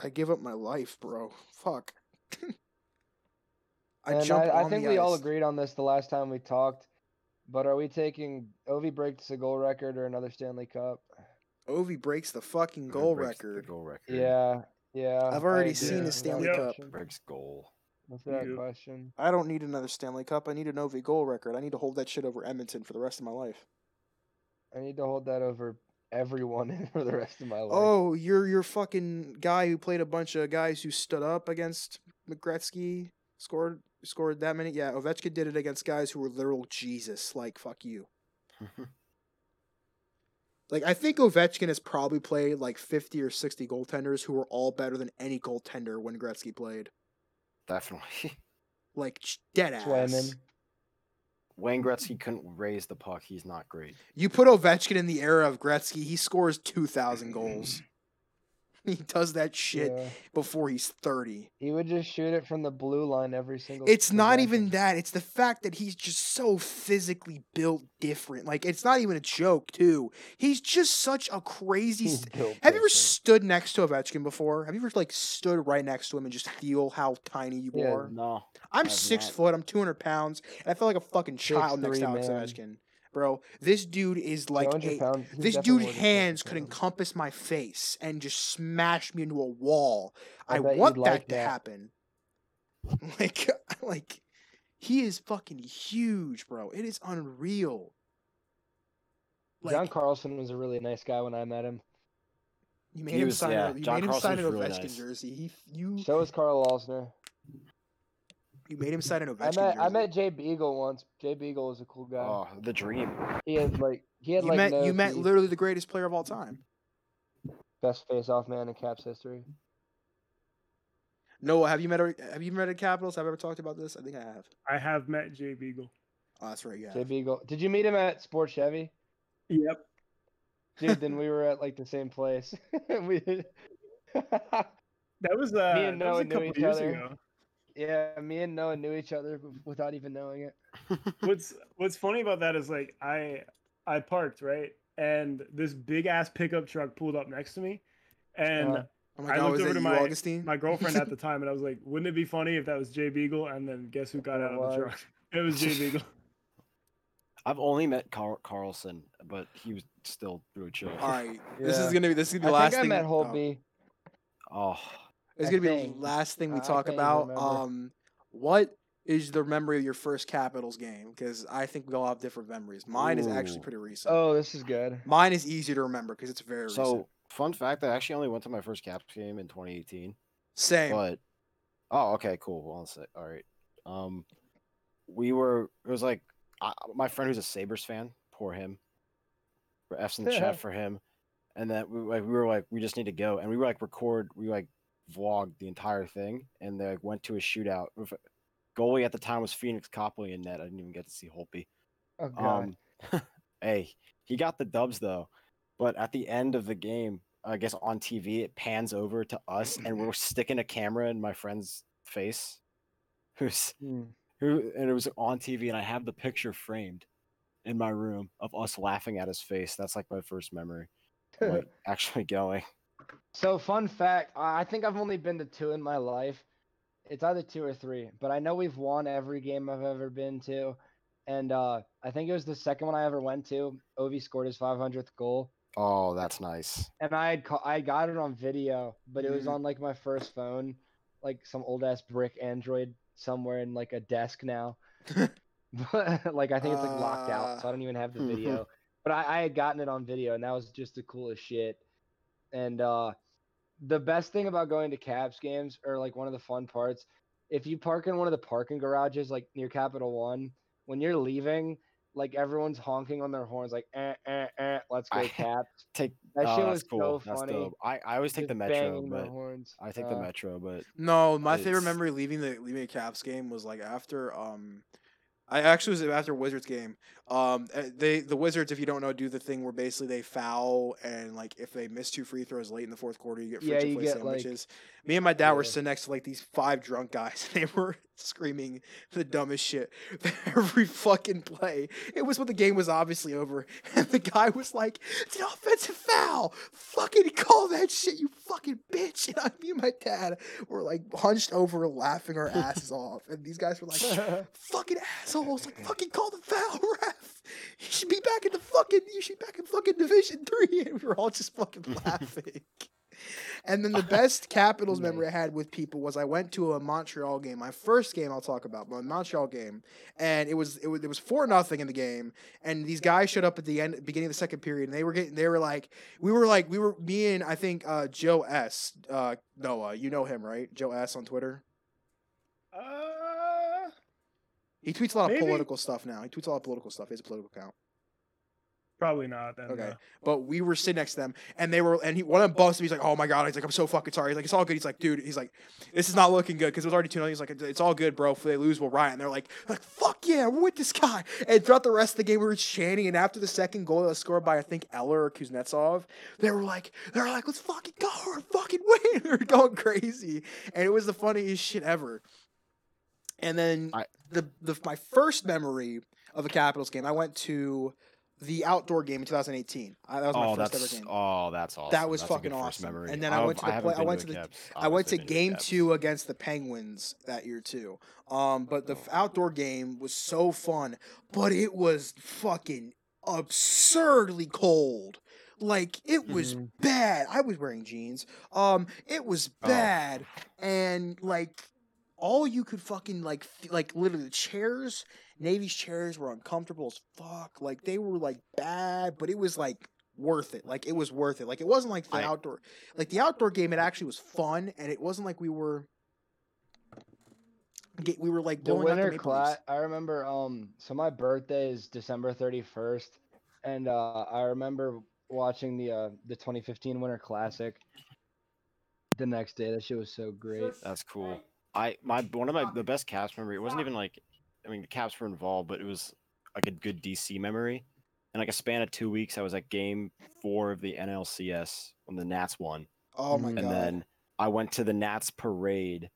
A: I give up my life, bro. Fuck. [laughs]
B: and
A: jumped
B: I, I
A: on
B: think
A: the
B: we all
A: ice.
B: agreed on this the last time we talked. But are we taking Ovi breaks a goal record or another Stanley Cup?
A: Ovi breaks the fucking
C: Gonna
A: goal
C: break the
A: record.
C: Goal record.
B: Yeah, yeah.
A: I've
B: I
A: already
B: agree
E: seen the
B: with that
A: Stanley
E: Yep.
A: Cup.
B: question.
C: Breaks goal. [laughs]
B: That's that
E: Yep.
B: question.
A: I don't need another Stanley Cup. I need an Ovi goal record. I need to hold that shit over Edmonton for the rest of my life.
B: I need to hold that over everyone [laughs] for the rest of my life.
A: Oh, you're your fucking guy who played a bunch of guys who stood up against McGretzky, scored scored that many. Yeah, Ovechkin did it against guys who were literal Jesus. Like fuck you. Like I think Ovechkin has probably played like 50 or 60 goaltenders who were all better than any goaltender when Gretzky played.
C: Definitely. [laughs]
A: Like ch- dead ass.
B: Swayman.
C: Wayne Gretzky couldn't raise the puck. He's not great.
A: You put Ovechkin in the era of Gretzky, he scores 2,000 goals. [laughs] he does that shit
B: Mm-hmm. Yeah.
A: before he's 30.
B: He would just shoot it from the blue line every single.
A: It's not
B: possession.
A: even that. It's the fact that he's just so physically built different. Like, it's not even a joke, too. He's just such a crazy.
B: He's
A: St-
B: built
A: have you ever
B: different.
A: stood next to Ovechkin before? Have you ever, like, stood right next to him and just feel how tiny you
B: Yeah,
A: are?
C: No.
A: I'm
C: I've
A: six
C: not.
A: foot. I'm 200 pounds, and I feel like a fucking child next to
B: 6'3",
A: Alex
B: man.
A: Ovechkin, bro. This dude is like
B: 200
A: a,
B: pounds, he's
A: this dude's
B: definitely more than
A: hands
B: 200
A: could
B: pounds.
A: encompass my face and just smash me into a wall.
B: I
A: I,
B: bet you'd
A: want that
B: like
A: to
B: that.
A: happen. [laughs] Like, [laughs] like he is fucking huge, bro. It is unreal.
B: John
A: Like,
B: Carlson was a really nice guy when I met him.
A: you made
C: He
A: him
C: was-
A: sign.
C: yeah,
A: a, you
C: John
A: made him sign an
C: Carlson was really
A: Ovechkin
C: nice.
A: jersey. He, you,
B: So was Carl Alsner.
A: you made him sign an
B: I
A: Ovechkin
B: met
A: jersey.
B: I met Jay Beagle once. Jay Beagle was a cool guy.
C: Oh,
A: [laughs]
C: the dream.
B: He had like he had
A: you
B: like
A: met,
B: no
A: you met
B: teeth.
A: literally the greatest player of all time.
B: best face off man in Caps history.
A: Noah, have you met a, have you met a Capitals? Have I ever talked about this? I think I have.
E: I have met Jay Beagle.
A: Oh, that's right. Yeah.
B: Jay Beagle. Did you meet him at Sport Chevy?
E: Yep.
B: Dude, then we were at like the same place. [laughs] we
E: That was uh,
B: and
E: that was
B: Noah
E: a
B: knew
E: couple
B: each
E: years
B: other.
E: ago.
B: Yeah, me and Noah knew each other b- without even knowing it.
E: what's what's funny about that is like I I parked right, and this big ass pickup truck pulled up next to me, and
B: Uh,
A: Oh
E: I
A: my god,
E: looked
A: was
E: over
A: that
E: to
A: you,
E: my-
A: Augustine?
E: my
A: [laughs]
E: girlfriend at the time, and I was like, wouldn't it be funny if that was Jay Beagle? And then guess who got
B: It
E: out of
B: was.
E: the truck? [laughs] It was Jay
A: [laughs]
E: Beagle.
C: I've only met Carl Carlson, but he was still really chill.
A: All right, this
B: Yeah.
A: is gonna be this is gonna be
B: I
A: the last
B: think
A: thing.
B: I met
A: oh,
B: Holby.
C: Oh,
A: It's
B: I
A: gonna be
B: think.
A: the last thing we
B: I
A: talk
B: can't even
A: about.
B: remember.
A: Um, what is the memory of your first Capitals game? Because I think we all have different memories. Mine is actually
C: Ooh.
A: pretty recent.
B: Oh, this is good.
A: Mine is easier to remember because it's very recent.
C: so fun fact: I actually only went to my first Caps game in 2018.
A: Same.
C: But oh, okay, cool. Well, sec. all right. Um, we were. It was like I, my friend who's a Sabres fan. Poor him. We're F's in the chat for him. And then we like we were like we just need to go, and we were like record. We like vlogged the entire thing, and they like, went to a shootout. If- Goalie at the time was Phoenix Copley in net. I didn't even get to see Holpe.
B: Oh god.
C: Um, hey, he got the dubs though. But at the end of the game, I guess on TV, it pans over to us, and [laughs] we're sticking a camera in my friend's face, who's
B: Hmm.
C: who, and it was on TV, and I have the picture framed in my room of us laughing at his face. That's like my first memory, of, like [laughs] actually going.
B: [laughs] So fun fact, I I think I've only been to two in my life. It's either two or three, but I know we've won every game I've ever been to. And uh, I think it was the second one I ever went to. Ovi scored his 500th goal,
C: Oh, that's nice.
B: and I had ca- I got it on video, but it was
A: Mhm.
B: on like my first phone, like some old ass brick Android somewhere in like a desk now. [laughs] but like I think it's like locked out, so I don't even have the
C: Mhm.
B: video. But I, I had gotten it on video, and that was just the coolest shit. And uh, the best thing about going to Caps games, or like one of the fun parts, if you park in one of the parking garages, like near Capital One, when you're leaving, like everyone's honking on their horns, like eh, eh, eh, let's go
C: I-
B: Caps.
C: Take
B: That
C: oh,
B: shit
C: that's
B: was
C: cool.
B: so
C: that's
B: funny.
C: dope. I, I always take
B: Just
C: the metro,
B: banging their
C: but
B: horns.
C: I take
B: Uh, [laughs]
C: the metro, but
A: No, my favorite
C: It's-
A: memory leaving the leaving the Cavs game was like after um, I actually was after a Wizards game. Um, uh, they the Wizards, if you don't know, do the thing where basically they foul and like if they miss two free throws late in the fourth quarter, you get free
B: Yeah,
A: to
B: you
A: play
B: get, like-
A: sandwiches. Me and my dad were
B: Yeah.
A: sitting next to like these five drunk guys, [laughs] and they were screaming the dumbest shit [laughs] every fucking play. It was when the game was obviously over, [laughs] and the guy was like, "It's an offensive foul! Fucking call that shit, you fucking bitch!" [laughs] And I, me and my dad were like hunched over, laughing our asses off, and these guys were like, "Fucking assholes! Like fucking call the foul, [laughs] ref! You should be back in the fucking, you should be back in fucking Division Three. [laughs] And we were all just fucking laughing. And then the best Capitals memory I had with people was I went to a Montreal game, my first game I'll talk about, my Montreal game, and it was it was it was four nothing in the game, and these guys showed up at the end beginning of the second period, and they were getting they were like we were like we were me and I think uh, Joe S uh, Noah, you know him right? Joe S on Twitter.
E: Uh,
A: He tweets a lot of
E: Maybe.
A: political stuff now. He tweets a lot of political stuff. He has a political account.
E: probably not. Then,
A: Okay.
E: no.
A: But we were sitting next to them, and they were, and he one of them bumps me. He's like, "Oh my god!" He's like, "I'm so fucking sorry." He's like, "It's all good." He's like, "Dude," he's like, "This is not looking good because it was already two 0 He's like, "It's- "It's all good, bro. If they lose, we'll riot." And they're like, "Like fuck yeah, we're with this guy." And throughout the rest of the game, we were chanting. And after the second goal that was scored by I think Eller or Kuznetsov, they were like, they were like, "Let's fucking go, we're fucking [laughs] win!" they were going crazy, and it was the funniest shit ever. And then
C: I-
A: the the my first memory of a Capitals game, I went to the outdoor game in 2018. I, that was my
C: oh,
A: first
C: that's
A: ever game.
C: oh, that's awesome.
A: was
C: That's a good
A: fucking
C: first
A: awesome.
C: memory.
A: And then I
C: I've-
A: went to the
C: haven't
A: play- I
C: been
A: went
C: to
A: to
C: a
A: the-
C: Caps.
A: I went to
C: obviously, been a
A: game
C: Caps.
A: two against the Penguins that year too. Um, but
C: Uh-huh.
A: the f- outdoor game was so fun, but it was fucking absurdly cold. Like it was
C: Mm-hmm.
B: Mhm.
A: bad. I was wearing jeans. Um, it was
C: Oh.
A: bad, and like all you could fucking like f- like literally the chairs, Navy's chairs were uncomfortable as fuck. Like they were like bad, but it was like worth it. Like it was worth it. Like it wasn't like the
C: I-
A: outdoor like the outdoor game it actually was fun and it wasn't like we were get, we were like
B: The
A: blowing out the
B: winter
A: Maple Leafs.
B: class. I remember. Um. So my birthday is December thirty first, and uh, I remember watching the uh the twenty fifteen Winter Classic. The next day, that shit was so great.
C: That's cool. I my one of my the best Caps memory. It wasn't even like, I mean, the Caps were involved, but it was like a good DC memory. And like a span of two weeks, I was at Game Four of the NLCS when the Nats won,
A: Oh my
B: Mhm.
A: god.
C: and then I went to the Nats parade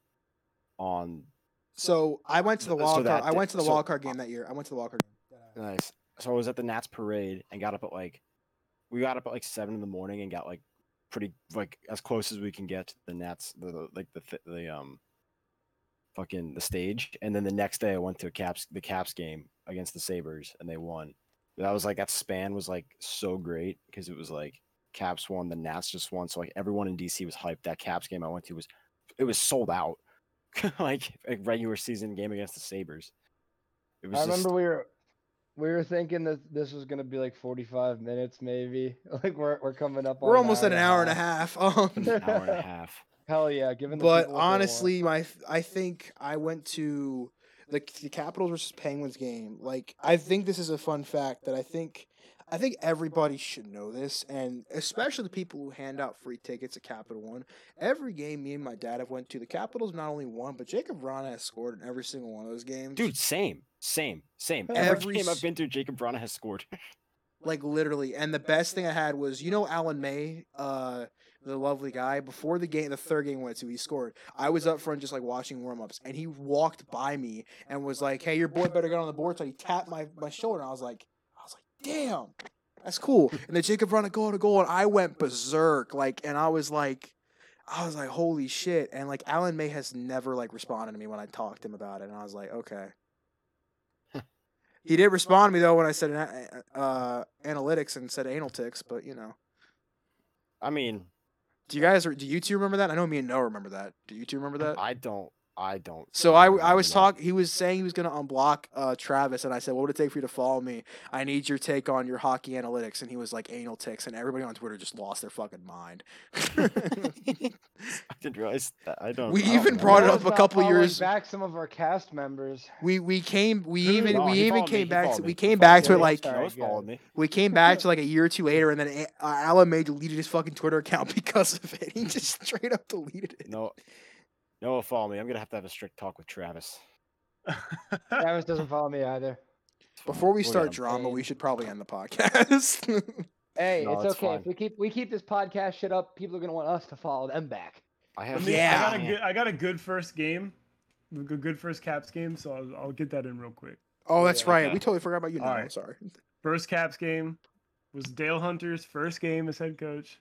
C: on
A: so I went to the
C: So
A: wild card
C: that
A: I
C: di-
A: went to the
C: so-
A: wild card game that year. I went to the wild card game.
C: Nice. So I was at the Nats parade and got up at like we got up at like seven in the morning and got like pretty like as close as we can get to the Nats the, the like the thi- the um fucking the stage. And then the next day I went to a Caps the Caps game against the Sabers and they won. That was like that span was like so great because it was like Caps won, the Nats just won. So like everyone in DC was hyped. That Caps game I went to was it was sold out. [laughs] like a regular season game against the Sabers. It was
B: I
C: just-
B: remember we were we were thinking that this was gonna be like 45 minutes maybe. [laughs] Like we're we're coming up. on
A: We're almost at an hour and a half. [laughs] Um
C: an hour and a half.
B: Hell yeah! Given the
A: but
B: people what they want.
A: honestly, my th- I think I went to the, the Capitals versus Penguins game. Like I think this is a fun fact that I think I think everybody should know this, and especially the people who hand out free tickets at Capital One. Every game me and my dad have went to, the Capitals not only won, but Jacob Rana has scored in every single one of those games.
C: Dude, same, same, same.
A: Every
C: Every game
A: s-
C: I've been to, Jacob Brana has scored.
A: Like literally, and the best thing I had was you know Alan May, uh, the lovely guy. Before the game, the third game went to, he scored. I was up front just like watching warm ups, and he walked by me and was like, "Hey, your boy better get on the board." So he tapped my my shoulder, and I was like, "I was like, damn, that's cool." And then Jacob run a goal to goal, and I went berserk. Like, and I was like, I was like, "Holy shit!" And like Alan May has never like responded to me when I talked to him about it, and I was like, "Okay." He did respond to me though when I said ana- uh, analytics and said anal ticks, but you know.
C: I mean,
A: Do you guys do you two remember that? I know me and Noah remember that. Do you two remember that?
C: I don't, I don't.
A: Uh, So I,
C: remember
A: I was
C: that. [laughs]
A: talking. He was saying he was gonna unblock uh, Travis, and I said, "What would it take for you to follow me? I need your take on your hockey analytics." And he was like, "Anal ticks," and everybody on Twitter just lost their fucking mind.
C: fucking Christ. I don't.
A: We
B: Oh,
C: I don't
A: even
C: know.
A: brought it
B: Noah's
A: up a
B: not
A: couple
B: following
A: years-
B: back. Some of our cast members.
A: [laughs] We we came we
C: Who?
A: even
C: No,
A: we
C: he
A: even
C: followed me,
A: came
C: he
A: back
C: followed
A: to,
C: me,
A: we
C: he
A: came
C: followed
A: back
C: me.
A: to it
B: Sorry,
A: like
B: sorry.
C: Noah's
B: guys.
C: following
A: we came back to like a year or two later, and then A- uh, Alan May deleted his fucking Twitter account [laughs] because of it. He just straight up deleted
C: me.
A: it.
C: No, Noah, follow me. I'm gonna have to have a strict talk with Travis.
B: Travis doesn't follow me either.
C: It's fine.
A: Before we
C: We'll get
A: start
C: him.
A: drama, we should probably end the podcast. [laughs]
B: Hey,
C: No,
B: it's
C: it's
B: okay.
C: fine.
B: If we keep we keep this podcast shit up, people are gonna want us to follow them back.
C: I
E: I
C: have.
E: mean,
A: Yeah.
E: I got, a good, I got a good first game, a good good first Caps game, so I'll, I'll get that in real quick.
A: oh, that's
C: Yeah,
A: right.
C: okay.
A: We totally forgot about you. No,
E: All
A: I'm
E: right.
A: sorry.
E: First Caps game was Dale Hunter's first game as head coach.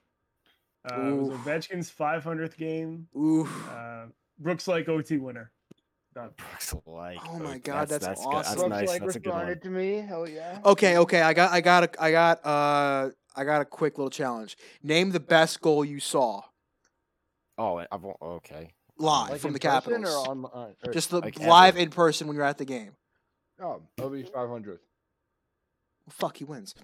E: Uh, it was
A: Oof.
E: Ovechkin's 500th game.
A: Oof.
E: Uh, Brooks like OT winner. Uh, Done.
C: [laughs] Brooks like.
A: Oh my
C: oat.
A: God, that's
C: good-
A: awesome.
B: Brooks,
C: That's nice.
B: like,
C: That's a good one.
B: responded to me. Oh yeah.
A: Okay, okay. I got I got a, I got uh I got a quick little challenge. Name the best goal you saw
C: Oh, I won't. Okay.
A: live
B: Like
A: from
B: in
A: the
B: person
A: Capitals.
B: or on, on or,
A: Just the,
C: Like
A: live
C: ever.
A: in person when you're at the game.
B: oh, Obi's 500th.
A: Fuck, he wins.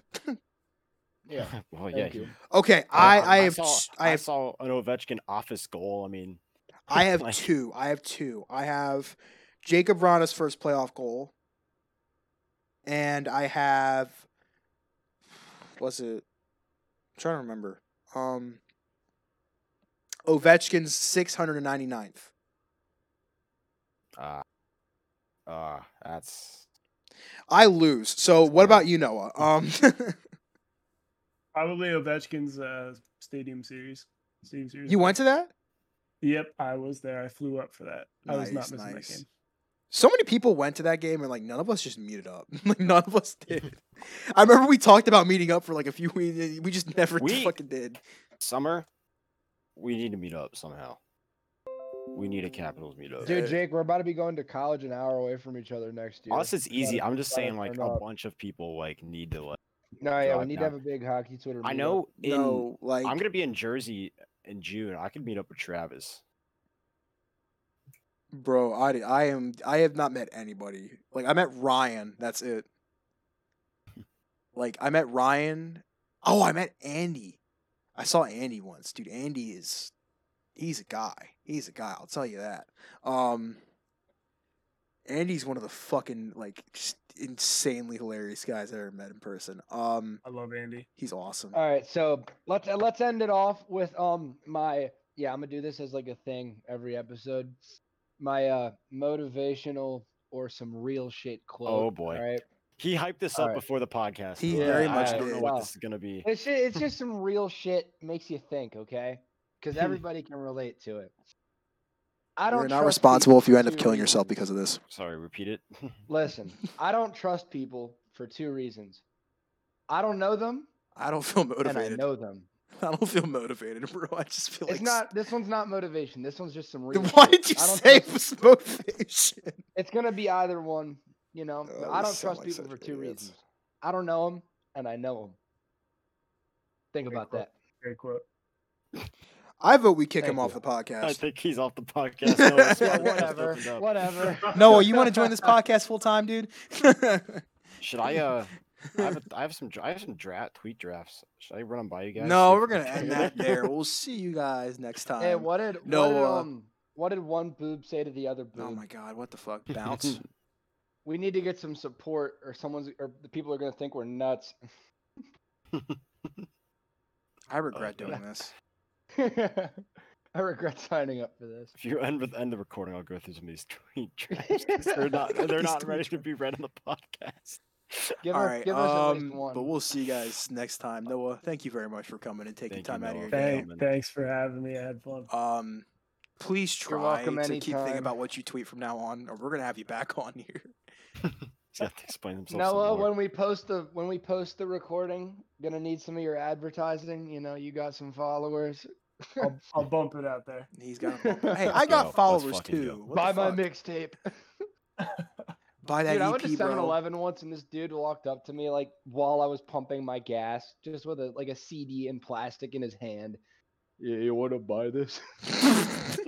B: Yeah.
C: well, [laughs] yeah.
B: Thank
C: he-
B: you.
A: Okay, I
C: Um,
A: I have
C: saw,
A: s- I have
C: saw an Ovechkin office goal. I mean,
A: I have
C: [laughs] like-
A: two. I have two. I have Jacob Rana's first playoff goal, and I have was it? I'm trying to remember. Um, Ovechkin's 699th.
C: uh, uh, that's
A: I lose. So
C: That's
A: what about
C: bad.
A: you,
C: [laughs]
A: Noah? Um, [laughs]
E: Probably Ovechkin's uh, Stadium Series. Stadium Series.
A: you went to that?
E: Yep, I was there. I flew up for that. I was
A: Nice,
E: not missing
A: nice.
E: that game.
A: So many people went to that game, and like none of us just meeted up. [laughs] like none of
C: [laughs]
A: us did. I remember we talked about meeting up for like a few weeks. and We just [laughs] never
C: We-
A: fucking did.
C: summer. We need to meet up somehow. We need a Capitals meet up.
B: Dude, Jake, we're about to be going to college an hour away from each other next year.
C: Us, it's Oh, easy. I'm just
B: gotta
C: saying, like,
B: turn
C: a
B: up.
C: bunch of people like need to like.
B: No, yeah, we
C: drive
B: need to
C: down.
B: have a big hockey Twitter.
C: I
B: meetup.
C: know. In,
A: no, like
C: I'm gonna be in Jersey in June. I could meet up with Travis.
A: Bro, I did- I am I have not met anybody. Like I met Ryan, that's it. Like I met Ryan. Oh, I met Andy. I saw Andy once. Dude, Andy is he's a guy. He's a guy, I'll tell you that. Um Andy's one of the fucking like just insanely hilarious guys I ever met in person. Um
E: I love Andy.
A: he's awesome.
B: All right, so let's uh, let's end it off with um my yeah I'm gonna do this as like a thing every episode. My uh motivational or some real shit quote.
C: Oh, boy.
B: All right,
C: He hyped this
B: All
C: up
B: right.
C: before the podcast.
A: He
C: though.
B: very
C: I
B: much
C: don't know
B: did.
C: what
B: Wow.
C: this is gonna be.
B: it's just, it's just some real shit makes you think, okay?
C: Hmm.
B: Because everybody can relate to it. I don't.
A: You're not
B: trust
A: responsible if
B: people
A: you end up
B: for two
A: killing yourself
B: reasons.
A: because of this.
C: Sorry, repeat it.
B: [laughs]
C: [laughs]
B: Listen, I don't trust people for two reasons. I don't know them,
A: I don't feel
B: and
A: motivated.
B: I know them.
A: [laughs] I don't feel motivated, bro. I just feel like
B: It's not. This one's not motivation. This one's just some real.
A: Then [laughs] why
B: shit.
A: did you
B: I don't
A: say it
B: trust-
A: was motivation?
B: It's gonna be either one. You know,
A: Oh,
B: but I
A: we
B: don't
A: sound
B: trust
A: like
B: people
A: such
B: for two
A: idiots.
B: reasons. I don't know them, and I know them. Think
E: Great
B: about
E: quote.
B: that.
E: Great quote.
A: [laughs] I vote we kick
B: Thank
A: him off
B: you.
A: the podcast.
B: [laughs]
C: I think he's off the podcast. No, this
A: Yeah,
B: Yeah,
C: podcast
B: whatever.
C: opened up.
B: Whatever.
A: Noah, you want to join this podcast full time, [laughs] dude?
C: Should I? Uh, I have, a, I have some. dra- I have some draft tweet drafts. Should I run them by you guys?
A: no,
C: See if
A: we're
C: you
A: gonna
C: can
A: end
C: do [laughs]
A: that there. [laughs] We'll see you guys next time.
B: Hey, what did what did,
A: Noah.
B: um, what did one boob say to the other boob?
A: uh, oh my god, what the fuck? [laughs] Bounce.
B: We need to get some support, or someone's, or the people are gonna think we're nuts. [laughs]
A: I regret
C: yeah.
A: doing this.
B: I regret signing up for this.
C: If you end with end the recording, I'll go through some of these tweet drafts.
A: [laughs]
C: 'cause They're not.
A: Look at
C: They're
A: these
C: not
A: tweet
C: ready to be read on the podcast.
B: [laughs] Give
A: All
B: us,
A: right,
B: give us at
A: um,
B: least one.
A: but we'll see you guys next time. Noah, thank you very much for coming and taking
C: Thank you,
A: time out of
C: Noah.
A: your day.
E: Thank, thanks for having me. I had fun.
A: Um, please
B: You're
A: try
B: welcome
A: to keep thinking
B: anytime.
A: about what you tweet from now on, or we're gonna have you back [laughs] on here.
C: He's got to explain himself. some
B: Noah,
C: more.
B: when we post the when we post the recording, gonna need some of your advertising. You know, you got some followers.
A: Oh,
B: [laughs]
E: I'll, I'll bump it out there.
A: He's got. Hey, I
C: Let's
A: got
C: go. Let's
A: followers
C: fucking go.
A: too. What the
B: Buy my
A: fuck?
B: mixtape.
A: Buy that
B: Dude, I
A: EP,
B: went to 7
A: bro.
B: Eleven once and this dude walked up to me like while I was pumping my gas, just with a like a CD in plastic in his hand. Yeah, you wanna buy this? [laughs]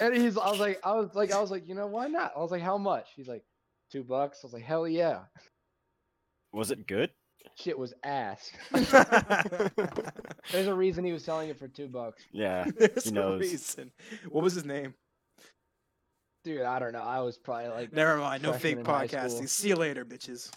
B: and he's I was like I was like I was like, you know, why not? I was like, how much? He's like, two bucks. I was like, hell yeah.
C: was it good?
B: Shit was
A: [laughs]
B: ass. There's a reason he was selling it for two bucks.
C: Yeah.
A: There's
C: He
A: no
C: knows.
A: reason. What was his name?
B: Dude, I don't know. I was probably like
A: Never mind. No
B: Freshman
A: fake
B: in high
A: podcasting.
B: school.
A: See you later, bitches.